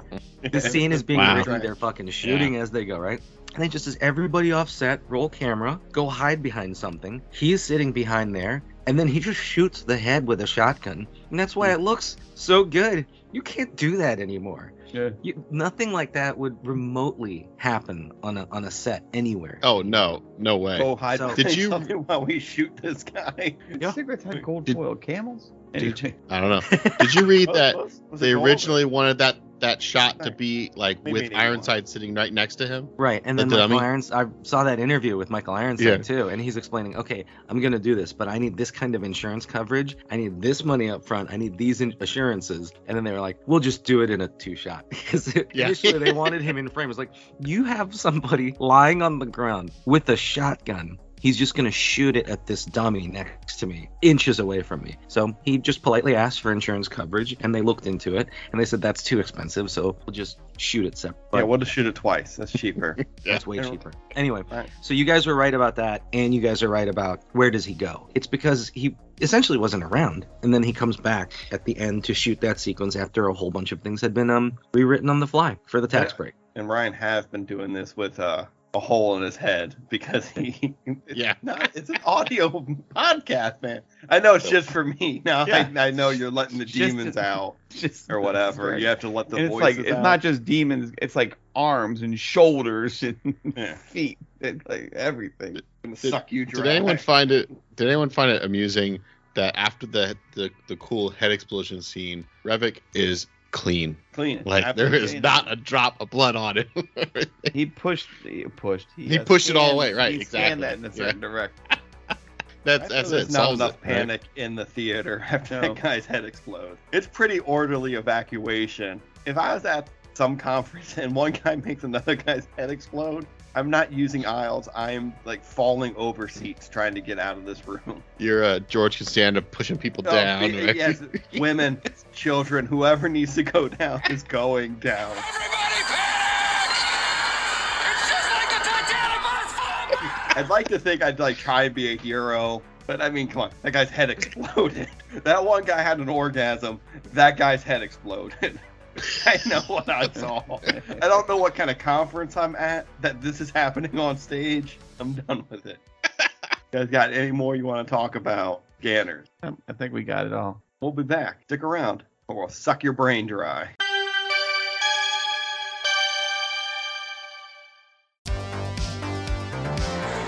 the scene is being
Wow.
written. They're fucking shooting as they go, right? And they just says everybody off set, roll camera, go hide behind something. He's sitting behind there, and then he just shoots the head with a shotgun, and that's
Hmm.
why it looks so good. You can't do that anymore.
Yeah.
You, nothing like that would remotely happen on a on a set anywhere.
Oh no, no way.
Go hide
So-
behind
Did you-
something while we shoot this guy.
Cigarettes had gold
Did-
foil camels.
Did-
Anyway,
I don't know. Did you read that
Was- was it
they
gold?
originally wanted that that shot to
Sorry.
be like
Maybe
with
they didn't want
Ironside sitting right next to him?
Right, and
The
then Michael
dummy?
Irons. I saw that interview with Michael Ironside
Yeah.
too, and he's explaining, okay, I'm gonna do this, but I need this kind of insurance coverage. I need this money up front. I need these in- assurances. And then they were like, we'll just do it in a two shot because
Yeah.
initially they wanted him in frame. It's like you have somebody lying on the ground with a shotgun. He's just gonna shoot it at this dummy next to me, inches away from me. So he just politely asked for insurance coverage, and they looked into it, and they said that's too expensive, so we'll just shoot it separate.
Yeah, we'll just shoot it twice. That's cheaper.
That's way
Yeah.
cheaper. Anyway,
Right.
so you guys were right about that, and you guys are right about where does he go? It's because he essentially wasn't around, and then he comes back at the end to shoot that sequence after a whole bunch of things had been um rewritten on the fly for the tax
Yeah.
break.
and Ryan has been doing this with uh, a hole in his head because he. it's
Yeah.
Not, it's an audio podcast, man. I know it's just for me. Now
Yeah.
I, I know you're letting the
It's just-
demons out
just-
or whatever.
Right.
You have to let the
and it's
voices
like it's
out.
not just demons. It's like arms and shoulders and
Yeah.
feet. It's like everything.
Gonna
Did-
suck you dry.
Did anyone find it? Did anyone find it amusing that after the the, the cool head explosion scene, Revik is clean.
clean?
Like
After
there is
cleaning.
not a drop of blood on it.
He pushed. He pushed.
He
uh,
pushed it all
scanned-
away, right,
He scanned
exactly.
that in a
Yeah.
certain direction.
I
that's
feel
that's
there's
it.
Not
solves
enough
it, right?
panic in the theater after
No.
that guy's head explodes. It's pretty orderly evacuation. If I was at some conference and one guy makes another guy's head explode, I'm not using aisles. I'm like falling over seats trying to get out of this room.
You're uh, George Costanza pushing people
No,
down.
Oh, be-
right?
yes, women, children, whoever needs to go down is going down.
Everybody panic! It's just like the Titanic, but it's full of
I'd like to think I'd like try and be a hero, but I mean, come on, that guy's head exploded. that one guy had an orgasm. That guy's head exploded. I know what I saw. I don't know what kind of conference I'm at that this is happening on stage. I'm done with it. You guys got any more you want to talk about? Scanners.
Um, I think we got it all.
We'll be back. Stick around, or we'll suck your brain dry.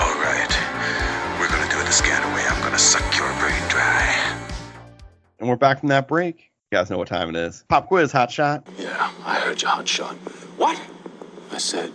All right. We're going to do it the scanner way. I'm going to suck your brain dry.
And we're back from that break. You guys know what time it is. Pop quiz, hot shot.
Yeah, I heard your hot shot. What? I said,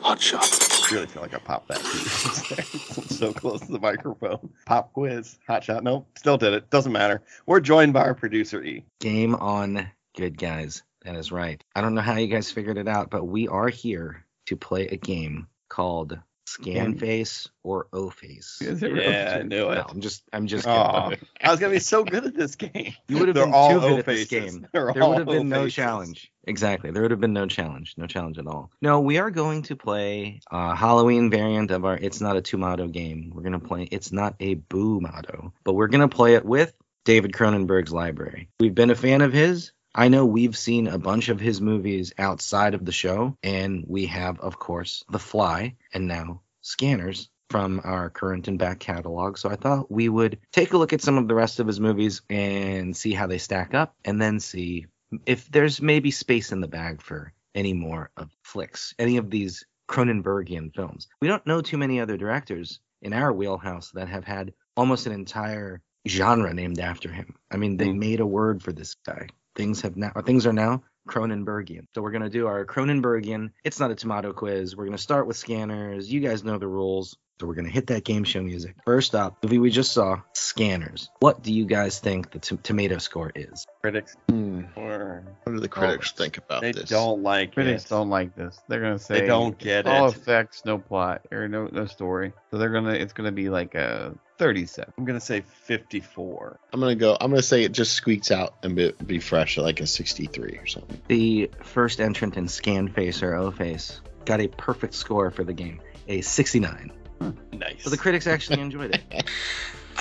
hot shot.
really feel like I popped that. I'm so close to the microphone. Pop quiz. Hot shot. Nope. Still did it. Doesn't matter. We're joined by our producer E.
Game on, good guys. That is right. I don't know how you guys figured it out, but we are here to play a game called Scan Face or O Face.
Is it
Yeah, I
really?
knew
No,
it.
I'm just I'm just kidding.
Aw, I was gonna be so good at this game.
You would have
They're
been
all
too good at this
O-faces.
game.
They're
there
all
would have been no
O-faces.
challenge. Exactly. There would have been no challenge. No challenge at all. No, we are going to play a Halloween variant of our It's Not a Tomato game. We're going to play It's Not a Boo Motto, but we're going to play it with David Cronenberg's library. We've been a fan of his. I know we've seen a bunch of his movies outside of the show, and we have, of course, The Fly and now Scanners from our current and back catalog. So I thought we would take a look at some of the rest of his movies and see how they stack up, and then see if there's maybe space in the bag for any more of flicks, any of these Cronenbergian films. We don't know too many other directors in our wheelhouse that have had almost an entire genre named after him. I mean, they made a word for this guy. Things have now, things are now Cronenbergian. So we're gonna do our Cronenbergian. It's not a tomato quiz. We're gonna start with scanners. You guys know the rules. So we're going to hit that game show music. First up, movie we just saw, Scanners. What do you guys think the t- tomato score is?
Critics
Hmm.
or
What do the critics think about
they
this?
don't like
Critics
it.
don't like this. They're gonna say
they don't get
all
it.
effects, no plot or no no story. So they're gonna it's gonna be like a 37.
I'm gonna say 54.
I'm gonna go. I'm gonna say it just squeaks out and be, be fresh at like a 63 or something.
The first entrant in Scan Face or O Face got a perfect score for the game, a 69.
Nice.
So the critics actually enjoyed it.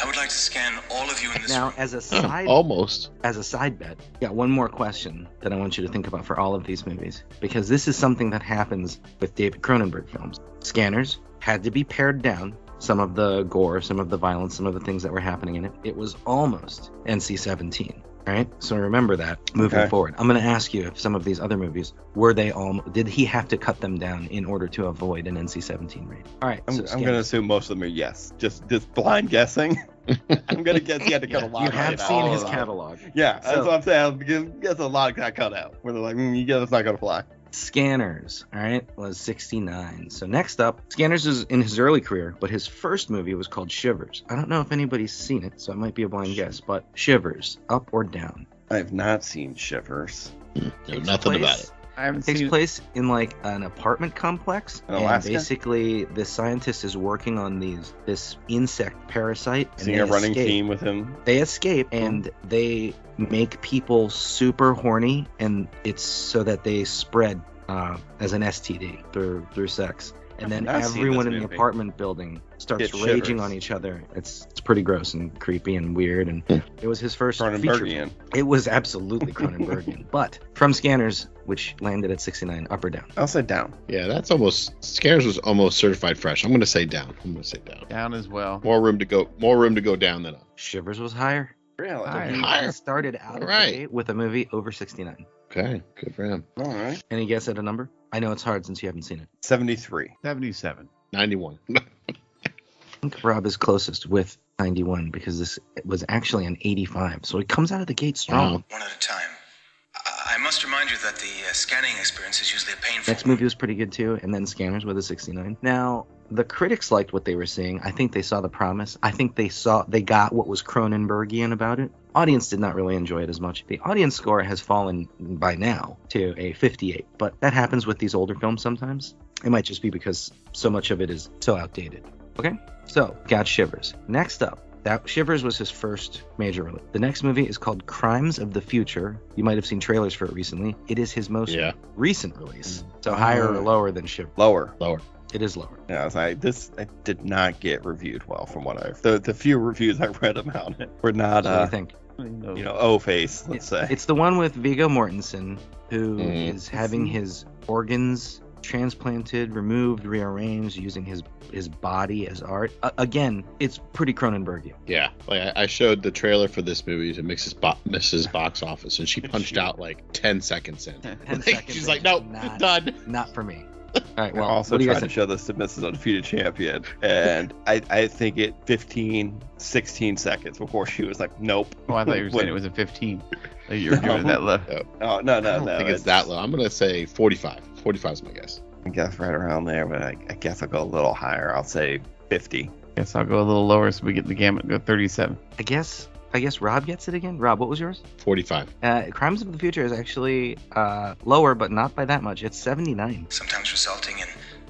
I would like to scan all of you in this
Now, as a side
Almost.
as a side bet, got one more question that I want you to think about for all of these movies because this is something that happens with David Cronenberg films. Scanners had to be pared down. Some of the gore, some of the violence, some of the things that were happening in it. It was almost NC-17. All right, so remember that moving
Okay.
forward. I'm going to ask you if some of these other movies were they all? Did he have to cut them down in order to avoid an NC-17 rating? All right,
I'm,
so
I'm gonna
Scanners.
assume most of them are yes. Just just blind guessing. I'm gonna guess he had to cut a lot.
You
of
have
it
seen
out.
his
All of it.
catalog.
Yeah,
So-
that's what I'm saying. Because That's a lot got cut out. Where they're like, mm, you guess it's not gonna fly.
Scanners, all right, was 69. So next up, Scanners is in his early career, but his first movie was called Shivers. I don't know if anybody's seen it, so it might be a blind guess, but Shivers, up or down.
I have not seen Shivers.
Know
Takes
nothing
place-
about it.
I haven't
Takes
seen
place in like an apartment complex,
In
and
Alaska?
basically the scientist is working on these this insect parasite. and
Seeing
they
a running
escape.
theme with him.
They escape and they make people super horny, and it's so that they spread uh, as an STD through through sex. And then
I've seen this
everyone in the
movie.
apartment building starts
It
raging
shivers.
on each other. It's it's pretty gross and creepy and weird. And
Yeah.
it was his first feature. film.
Cronenbergian.
It was absolutely Cronenbergian. but from Scanners, which landed at 69, up or down?
I'll say down.
Yeah, that's almost. Scares was almost certified fresh. I'm gonna say down. I'm gonna say down.
down as well.
More room to go. More room to go down than up.
Shivers was higher.
Really?
Alright.
He
Higher.
started out of the
Alright.
gate with a movie over 69.
Okay, good for him.
All right.
Any guess at a number? I know it's hard since you haven't seen it.
73.
77.
91.
I think Rob is closest with 91 because this was actually an 85. So it comes out of the gate strong.
Wow.
One at a time. I, I must remind you that the uh, scanning experience is usually a painful
Next movie was pretty good too, and then Scanners with a 69. Now, the critics liked what they were seeing. I think they saw the promise. I think they saw they got what was Cronenbergian about it. Audience did not really enjoy it as much. The audience score has fallen by now to a 58, but that happens with these older films sometimes. It might just be because so much of it is so outdated. Okay? So, got Shivers. Next up, that Shivers was his first major release. The next movie is called Crimes of the Future. You might have seen trailers for it recently. It is his most
Yeah,
recent release. So higher or
Mm.
lower than Shiv?
Lower.
It is lower.
Yeah, I was like, this I did not get reviewed well from what I the the few reviews I read about it were not
So what do
uh
you think?
I don't even know.
you know O face let's say.
It's the one with Vigo Mortensen who is
eh. Mm.
having his organs transplanted, removed, rearranged, using his his body as art. Uh, again, it's pretty Cronenbergian.
yeah. Like I, I showed the trailer for this movie to Mrs. Bo- Mrs. Box Office, and she punched out like 10 seconds in.
Ten
Like,
seconds
she's
in,
like, no,
not,
done.
not for me. All right,
I
well,
also
what do you
tried
guys
to
think?
show this to Mrs. Undefeated Champion, and I, I think it 15, 16 seconds before she was like, nope.
Oh, I thought you were saying it was a 15. Like, You're
No.
giving it that low.
Oh, no, no,
I don't
no.
think it's that low. I'm gonna say 45. 45 is my guess.
I guess right around there, but I, I guess I'll go a little higher. I'll say 50.
Guess I'll go a little lower so we get the gamut and go 37.
I guess I guess Rob gets it again. Rob, what was yours?
45.
Uh, Crimes of the Future is actually uh, lower, but not by that much. It's 79,
sometimes resulting in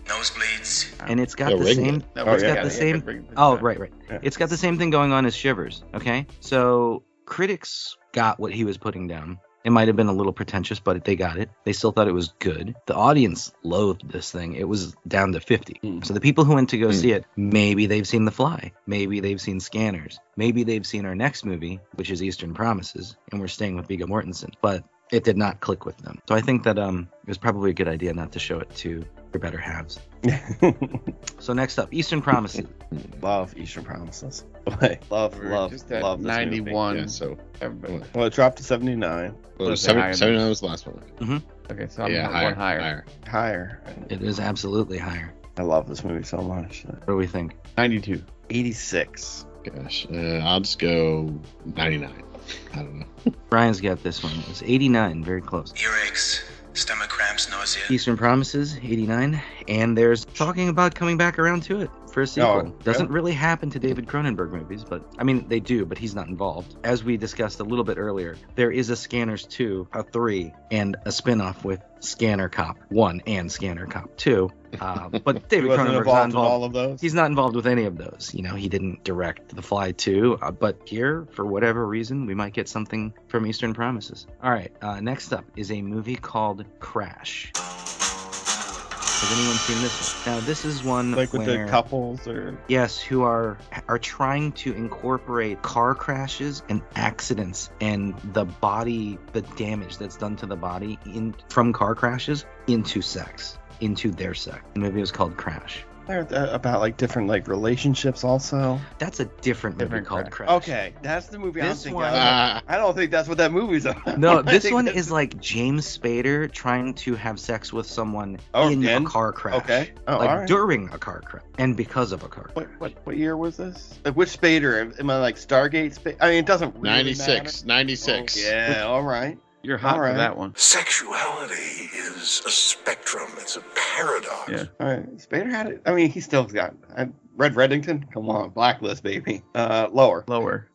nosebleeds.
and it's got
Yeah,
the
Reagan.
same
No,
Oh,
it's
yeah.
got the same-
bring it
Oh,
back.
right, right.
Yeah.
It's got the same thing going on as Shivers, okay? So critics got what he was putting down. It might have been a little pretentious, but they got it. They still thought it was good. The audience loathed this thing. It was down to 50.
Mm.
So the people who went to go
Mm.
see it, maybe they've seen The Fly. Maybe they've seen Scanners. Maybe they've seen our next movie, which is Eastern Promises, and we're staying with Viggo Mortensen. But it did not click with them. So I think that um, it was probably a good idea not to show it to your better halves. So next up, Eastern Promises.
love Eastern Promises. Boy, love,
We're
love,
just at
love this 91.
91.
Yeah, so
Everybody-
Well, it dropped to 79.
well,
Was it higher
seven,
than-
79 was the last one.
Okay, so I'm
yeah,
one
higher,
higher.
Higher.
it is absolutely higher.
I love this movie so much.
What do we think?
92.
86.
Gosh, uh, I'll just go 99. I don't know.
Brian's got this one. It was 89, very close.
Earaches, stomach cramps, nausea.
Eastern Promises, 89. And there's talking about coming back around to it. for a sequel.
really?
Doesn't really happen to David Cronenberg movies, but I mean they do, but he's not involved. As we discussed a little bit earlier, there is a Scanners 2, a 3, and a spin-off with Scanner Cop 1 and Scanner Cop 2. Uh, but
He
David
wasn't
Cronenberg's not
involved in
involved
all of those.
he's not involved with any of those. You know, he didn't direct The Fly 2, uh, but here, for whatever reason, we might get something from Eastern Promises. All right, uh, next up is a movie called Crash. Has anyone seen this one? Now, this is one
like with
where,
the couples or
yes, who are are trying to incorporate car crashes and accidents and the body, the damage that's done to the body in from car crashes into sex, into their sex. The movie was called Crash.
they're uh, about like different like relationships also.
That's a different, movie
Different
called Crash.
Okay, that's the movie I'm
This
thinking.
one-
of.
Ah,
I don't think that's what that movie's about.
No,
I
this
think
one
that-
is like James Spader trying to have sex with someone
Oh,
in
in?
a car crash.
okay. Oh,
Like
all right.
during a car crash and because of a car crash.
What, what what year was this? Like, which Spader? Am- Am I like Stargate? Spa- I mean, it doesn't. Really
96,
matter.
96.
Oh, yeah. All right.
You're hot
All right.
for that one.
Sexuality is a spectrum. It's a paradox.
Yeah.
All right. Spader had it. I mean, he still got I, Red Reddington. Come on, blacklist baby. Uh, lower.
Lower.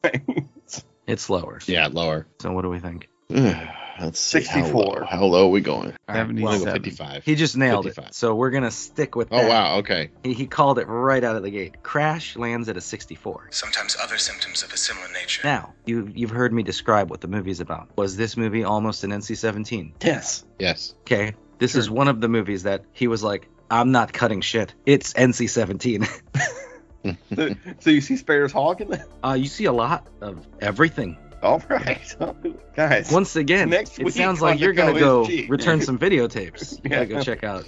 It's lower.
Yeah, lower.
So what do we think?
Let's see. How
64.
low, how low are we going?
All right,
I'm gonna
well,
go
77.
55.
he just nailed
55.
it. So we're gonna stick with
Oh,
that.
wow. Okay.
He, he called it right out of the gate. Crash lands at a 64.
Sometimes other symptoms of a similar nature.
Now you you've heard me describe what the movie's about. Was this movie almost an NC-17?
Yes.
Yes.
Okay, this is one of the movies that he was like, I'm not cutting shit. It's NC-17.
so, so you see Spader's hog in that?
Uh, you see a lot of everything.
All right, guys.
Once again,
Next
it
week
sounds
on
like
the
you're gonna
Go
go
Is G.
return some videotapes. You gotta
Yeah.
go check out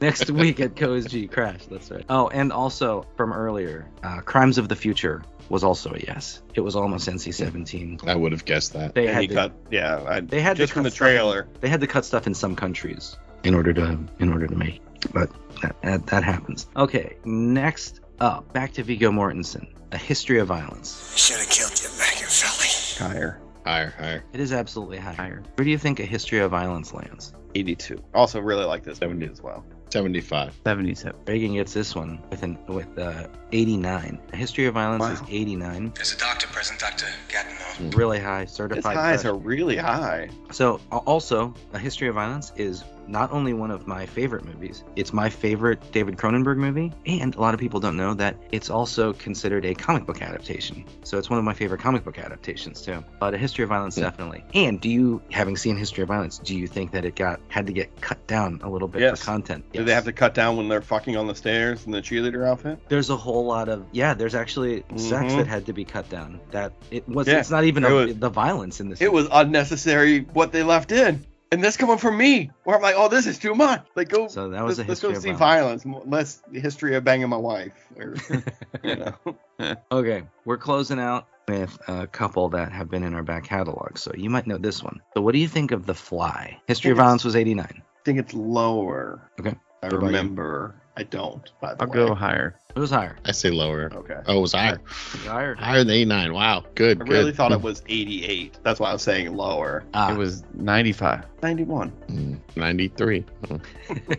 next week at Co's G Crash. That's right. Oh, and also from earlier, uh, Crimes of the Future was also a yes. It was almost NC-17.
I would have guessed that.
They
And he
had to,
cut. Yeah. I,
they had
just
to
from
cut
the
stuff in-
trailer.
they had to cut stuff in some countries in order to in order to make. it. But that, that, that happens. Okay, next up, back to Vigo Mortensen, A History of Violence.
You should have killed your Machiavelli.
Higher.
Higher, higher.
It is absolutely high.
Higher.
Where do you think A History of Violence lands?
82. Also, really like this movie
70.
as well.
75.
77.
Reagan gets this one with an with uh, 89. The history of violence is
Wow.
89,
There's a doctor present, Dr. Gatineau.
really high,
His
certified.
highs
fresh.
are really high.
So a- also, a history of violence is not only one of my favorite movies. It's my favorite David Cronenberg movie, and a lot of people don't know that it's also considered a comic book adaptation. So it's one of my favorite comic book adaptations too. But a history of
Hmm.
violence
Yeah.
definitely. And do you, having seen history of violence, do you think that it got had to get cut down a little bit
Yes.
for content?
Do they have to cut down when they're fucking on the stairs in the cheerleader outfit?
there's a whole lot of yeah there's actually sex
Mhm.
that had to be cut down that it was
Yeah,
it's not even
it
a,
was-
the violence in this
It was unnecessary what they left in. And that's coming from me, where I'm like, oh, this is too much. Like, go.
so that was a
let's, let's
history
go
of uh,
see
violence.
violence, m- less the history of banging my wife. Or, you know.
okay we're closing out with a couple that have been in our back catalog so you might know this one so what do you think of the fly history of
Yes.
violence was 89
I think it's lower.
Okay.
I
What about you?
remember. I don't. By the
I'll
way.
go higher.
it was higher
I say lower.
Okay.
Oh, it was higher.
It was higher
Higher than 89. Wow. Good.
I really
good.
thought
Hmm.
it was 88. That's why I was saying lower.
Ah,
It was 95.
91.
Mm, 93. Oh.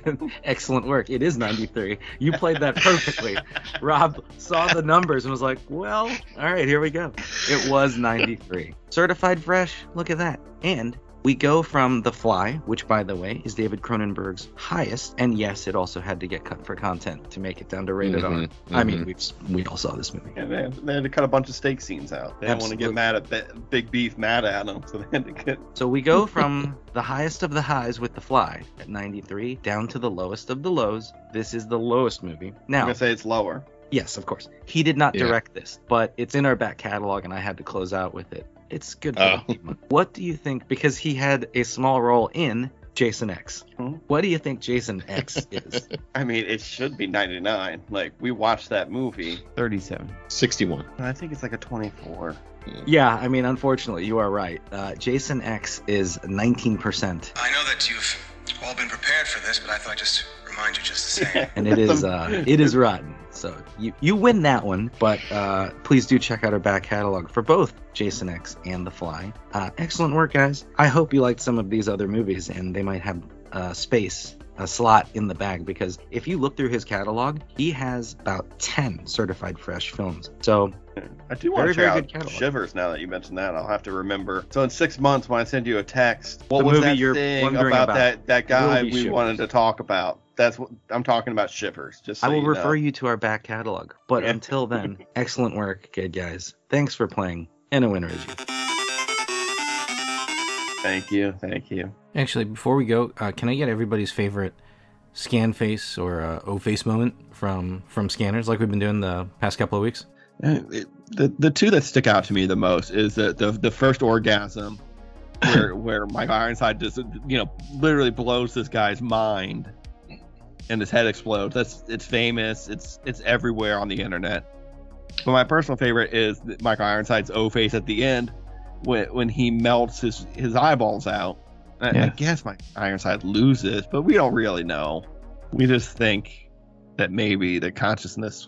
excellent work it is 93 you played that perfectly rob saw the numbers and was like well all right here we go It was 93. Certified fresh. Look at that. And we go from The Fly, which, by the way, is David Cronenberg's highest. And yes, it also had to get cut for content to make it down to rated R. I
Mhm,
mean,
mhm.
we've s- we all saw this movie.
Yeah, they had, they had to cut a bunch of steak scenes out. They didn't want to get
Absolutely.
mad at Bi- Big Beef mad at him, so they had to get.
So we go from the highest of the highs with The Fly at 93 down to the lowest of the lows. This is the lowest movie.
I'm
Now,
gonna say it's lower.
yes, of course, he did not
Yeah.
direct this, but it's in our back catalog, and I had to close out with it. It's good. For
Oh.
the team. What do you think? Because he had a small role in Jason X.
Hmm?
What do you think Jason X is?
I mean, it should be 99. Like we watched that movie.
37.
61.
I think it's like a 24.
yeah, I mean, unfortunately, you are right. Uh, Jason X is 19%,
I know that you've all been prepared for this, but I thought I'd just remind you just the same.
and it is uh, it is rotten. So you you win that one, but uh, please do check out our back catalog for both Jason X and The Fly. Uh, excellent work, guys. I hope you liked some of these other movies, and they might have uh, space a slot in the bag because if you look through his catalog, he has about 10 certified fresh films. So
I do want to
Very,
check
very
out
good catalog.
Shivers now that you mentioned that. I'll have to remember. So in six months, when I send you a text, what
The
was
movie
that
you're
thing
wondering
about,
about
that that guy
will
we
be Shivers.
wanted to talk about? That's what I'm talking about. Shivers. Just so
I will
you
refer
know.
you to our back catalog. But
Yeah.
until then, excellent work, good guys. Thanks for playing. And a winner is you.
Thank you, thank you.
Actually, before we go, uh, can I get everybody's favorite scan face or uh, O face moment from from scanners, like we've been doing the past couple of weeks?
Uh, it- the the two that stick out to me the most is the the, the first orgasm where where Mike Ironside just you know literally blows this guy's mind and his head explodes. That's it's famous. It's it's everywhere on the internet. But my personal favorite is that Mike Ironside's O face at the end when when he melts his his eyeballs out. I, I
Yes.
guess Mike Ironside loses, but we don't really know. We just think that maybe the consciousness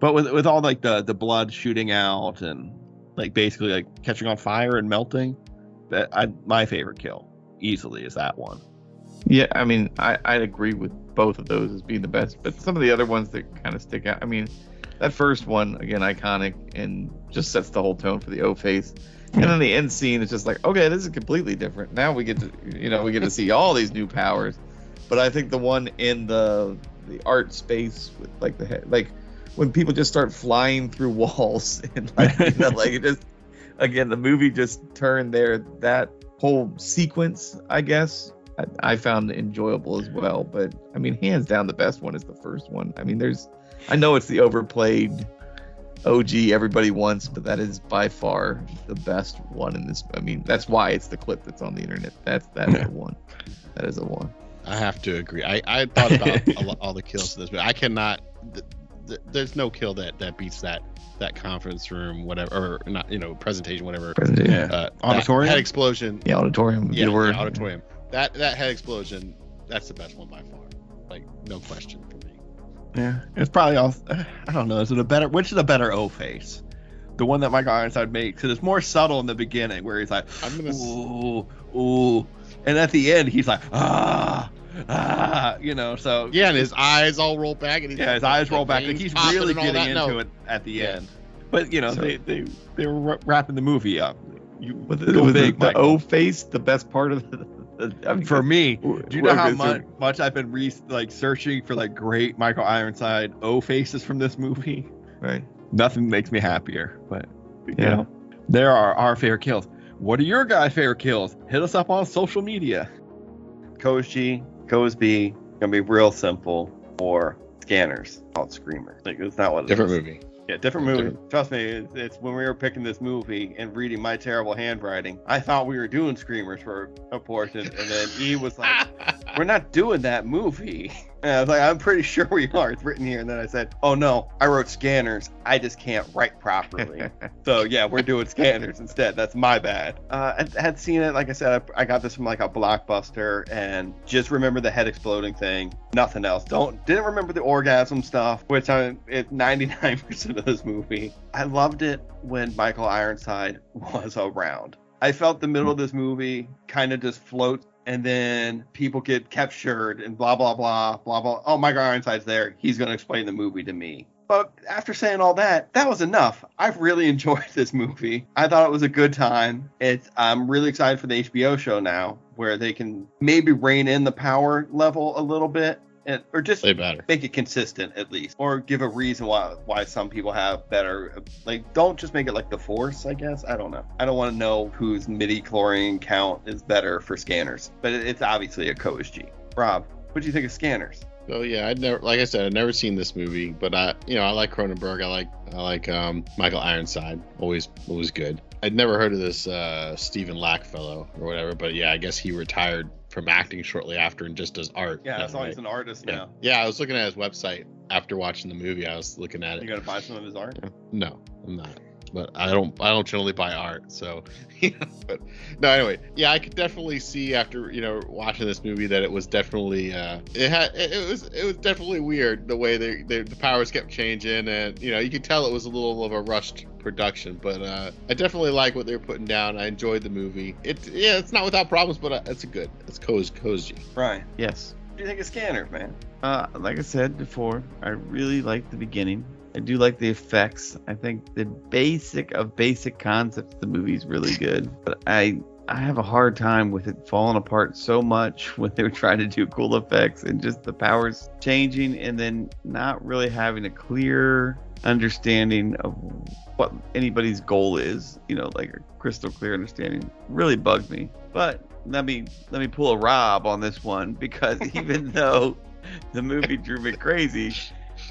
but with with all like the the blood shooting out and like basically like catching on fire and melting, that I my favorite kill easily is that one.
Yeah, I mean, I I agree with both of those as being the best, but some of the other ones that kind of stick out. I mean, that first one again, iconic and just sets the whole tone for the O face. And then the end scene is just like, okay, this is completely different. Now we get to, you know, we get to see all these new powers. But I think the one in the the art space with like the head, like when people just start flying through walls and like, you know, like it just again the movie just turned there. That whole sequence, I guess, I, I found enjoyable as well. But I mean, hands down, the best one is the first one. I mean, there's, I know it's the overplayed OG everybody wants, but that is by far the best one in this. I mean, that's why it's the clip that's on the internet. That's that's the one. That is the one.
I have to agree. I, I thought about a lo- all the kills to this, but I cannot. Th- th- there's no kill that that beats that that conference room, whatever, or not, you know, presentation, whatever.
Presentation.
Uh, that
Auditorium?
head explosion.
The auditorium. would be
Yeah,
the word.
yeah, auditorium. That that head explosion. That's the best one by far. Like no question for me.
Yeah, it's probably all. I don't know. Is it a better? Which is a better O face? The one that Mike Ironside makes. It is more subtle in the beginning where he's like,
I'm gonna s-
ooh, ooh, and at the end he's like, ah, ah, you know. So
Yeah, and his eyes all roll back, and he's
Yeah, his eyes roll back. Like he's really getting into it at the
Yeah.
end. But you know,
So-
they they they were wra- wrapping the movie up. You
With the,
little
with the,
big
the
Michael.
O face, the best part of the. the I mean,
for me.
w-
Do you know how
we're-
much much I've been re- like searching for like great Michael Ironside O faces from this movie?
Right.
Nothing makes me happier. But you
Yeah.
know, there are our favorite kills. What are your guys' favorite kills? Hit us up on social media. Koji, Cosby, gonna be real simple. Or scanners called Screamer. Like it's not what it
Different
is.
movie.
Yeah, different movie.
Different.
Trust me, it's, it's when we were picking this movie and reading my terrible handwriting. I thought we were doing screamers for a portion, and then E was like, "We're not doing that movie." And I was like, "I'm pretty sure we are. It's written here." And then I said, "Oh no, I wrote scanners. I just can't write properly." so yeah, we're doing scanners instead. That's my bad. Uh, I had seen it. Like I said, I, I got this from like a blockbuster, and just remember the head exploding thing. Nothing else. Don't didn't remember the orgasm stuff, which I it's 99% of this movie. I loved it when Michael Ironside was around. I felt the middle of this movie kind of just floats. And then people get captured and blah blah blah blah blah. Oh, Michael Ironside's there. He's gonna explain the movie to me. But after saying all that, that was enough. I really enjoyed this movie. I thought it was a good time. It's I'm really excited for the HBO show now, where they can maybe rein in the power level a little bit, and or just
Way better.
make it consistent at least, or give a reason why why some people have better. Like, don't just make it like the Force. I guess I don't know. I don't want to know whose midi chlorine count is better for scanners, but it, it's obviously a Coach G. Rob, what do you think of scanners?
So yeah, I'd never, like I said, I'd never seen this movie, but I, you know, I like Cronenberg. I like, I like um, Michael Ironside. Always, always good. I'd never heard of this uh, Stephen Lack fellow or whatever, but yeah, I guess he retired from acting shortly after and just does art.
Yeah,
now,
as long as
right?
an artist
yeah.
now.
yeah, I was looking at his website after watching the movie. I was looking at
You
it.
gonna buy some of his art?
No, I'm not. But I don't. I don't generally buy art, so. You know, but no, anyway, yeah, I could definitely see after you know watching this movie that it was definitely uh, it had it, it was it was definitely weird the way they, they the powers kept changing and you know you could tell it was a little of a rushed production, but uh, I definitely like what they were putting down. I enjoyed the movie. It yeah, it's not without problems, but uh, it's a good. It's cozy, cozy.
Right.
Yes.
What do you think of Scanners, man?
Uh, like I said before, I really like the beginning. I do like the effects. I think the basic of basic concepts of the movie is really good, but I I have a hard time with it falling apart so much when they were trying to do cool effects and just the powers changing and then not really having a clear understanding of what anybody's goal is. You know, like a crystal clear understanding really bugged me. But let me let me pull a Rob on this one because even though the movie drew me crazy.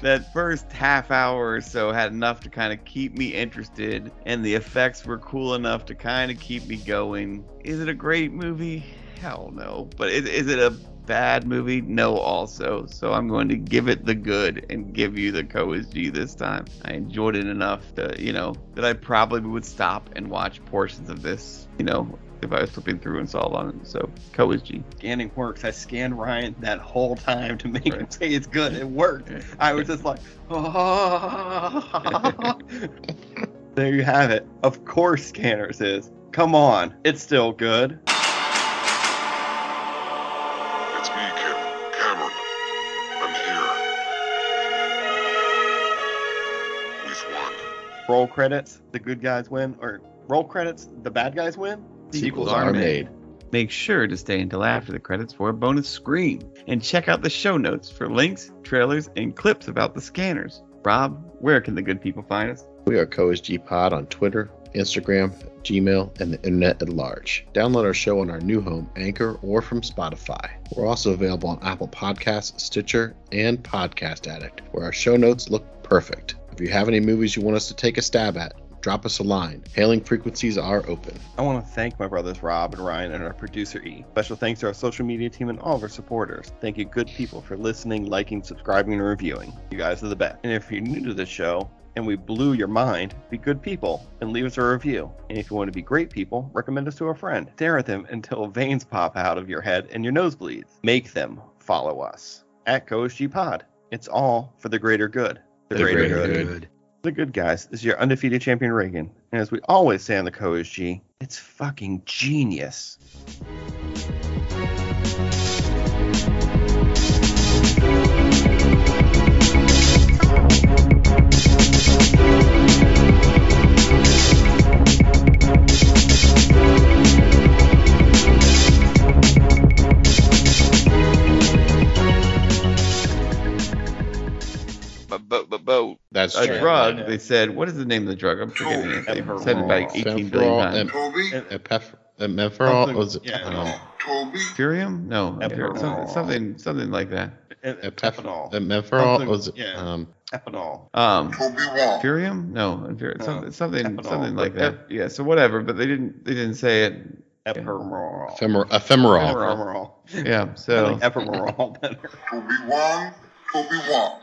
That first half hour or so had enough to kind of keep me interested, and the effects were cool enough to kind of keep me going. Is it a great movie? Hell no. But is, is it a bad movie? No, also. So I'm going to give it the good and give you the Coas G this time. I enjoyed it enough that, you know, that I probably would stop and watch portions of this, you know, if I was flipping through and saw on it. So Coas G.
Scanning works. I scanned Ryan that whole time to make him
Right.
say it's good. It worked. I was just like, oh. there you have it. Of course, Scanners is. Come on, it's still good.
It's me, Cameron. Cameron. I'm here. We've won.
Roll credits, the good guys win, or roll credits, the bad guys win. Sequels are made.
Make sure to stay until after the credits for a bonus screen and check out the show notes for links, trailers, and clips about the scanners. Rob, where can the good people find us?
We are CoSG Pod on Twitter, Instagram, Gmail, and the internet at large. Download our show on our new home, Anchor, or from Spotify. We're also available on Apple Podcasts, Stitcher, and Podcast Addict, where our show notes look perfect. If you have any movies you want us to take a stab at, drop us a line. Hailing frequencies are open.
I want to thank my brothers Rob and Ryan and our producer E. Special thanks to our social media team and all of our supporters. Thank you, good people, for listening, liking, subscribing, and reviewing. You guys are the best. And if you're new to this show and we blew your mind, be good people and leave us a review. And if you want to be great people, recommend us to a friend. Stare at them until veins pop out of your head and your nose bleeds. Make them follow us at CoSG Pod. It's all for the greater good.
The greater good.
The good guys this is your undefeated champion Reagan, and as we always say on the Co is G, it's fucking genius.
Bo-bo-bo-bo.
That's
A
true.
drug. They said, what is the name of the drug? I'm forgetting it. They said it like 18 billion
Ephemeral
times.
Toby?
Epef- Ephemeral was it? um,
Yeah.
Toby?
Furium? No.
Ephemeral.
Something, something, something like that.
Ephemeral.
Epinol.
Ephemeral
Something-
was it?
yeah.
Um,
Epinol.
Um,
Toby Wong.
Furium? No. Infuri-
No.
Something, something,
Epinol.
something like that. Yeah. So whatever. But they didn't, they didn't say it.
Ephemeral.
ephemer- ephemeral.
Ephemeral.
Yeah.
I
So.
like ephemeral better.
Toby Wong. Toby Wong.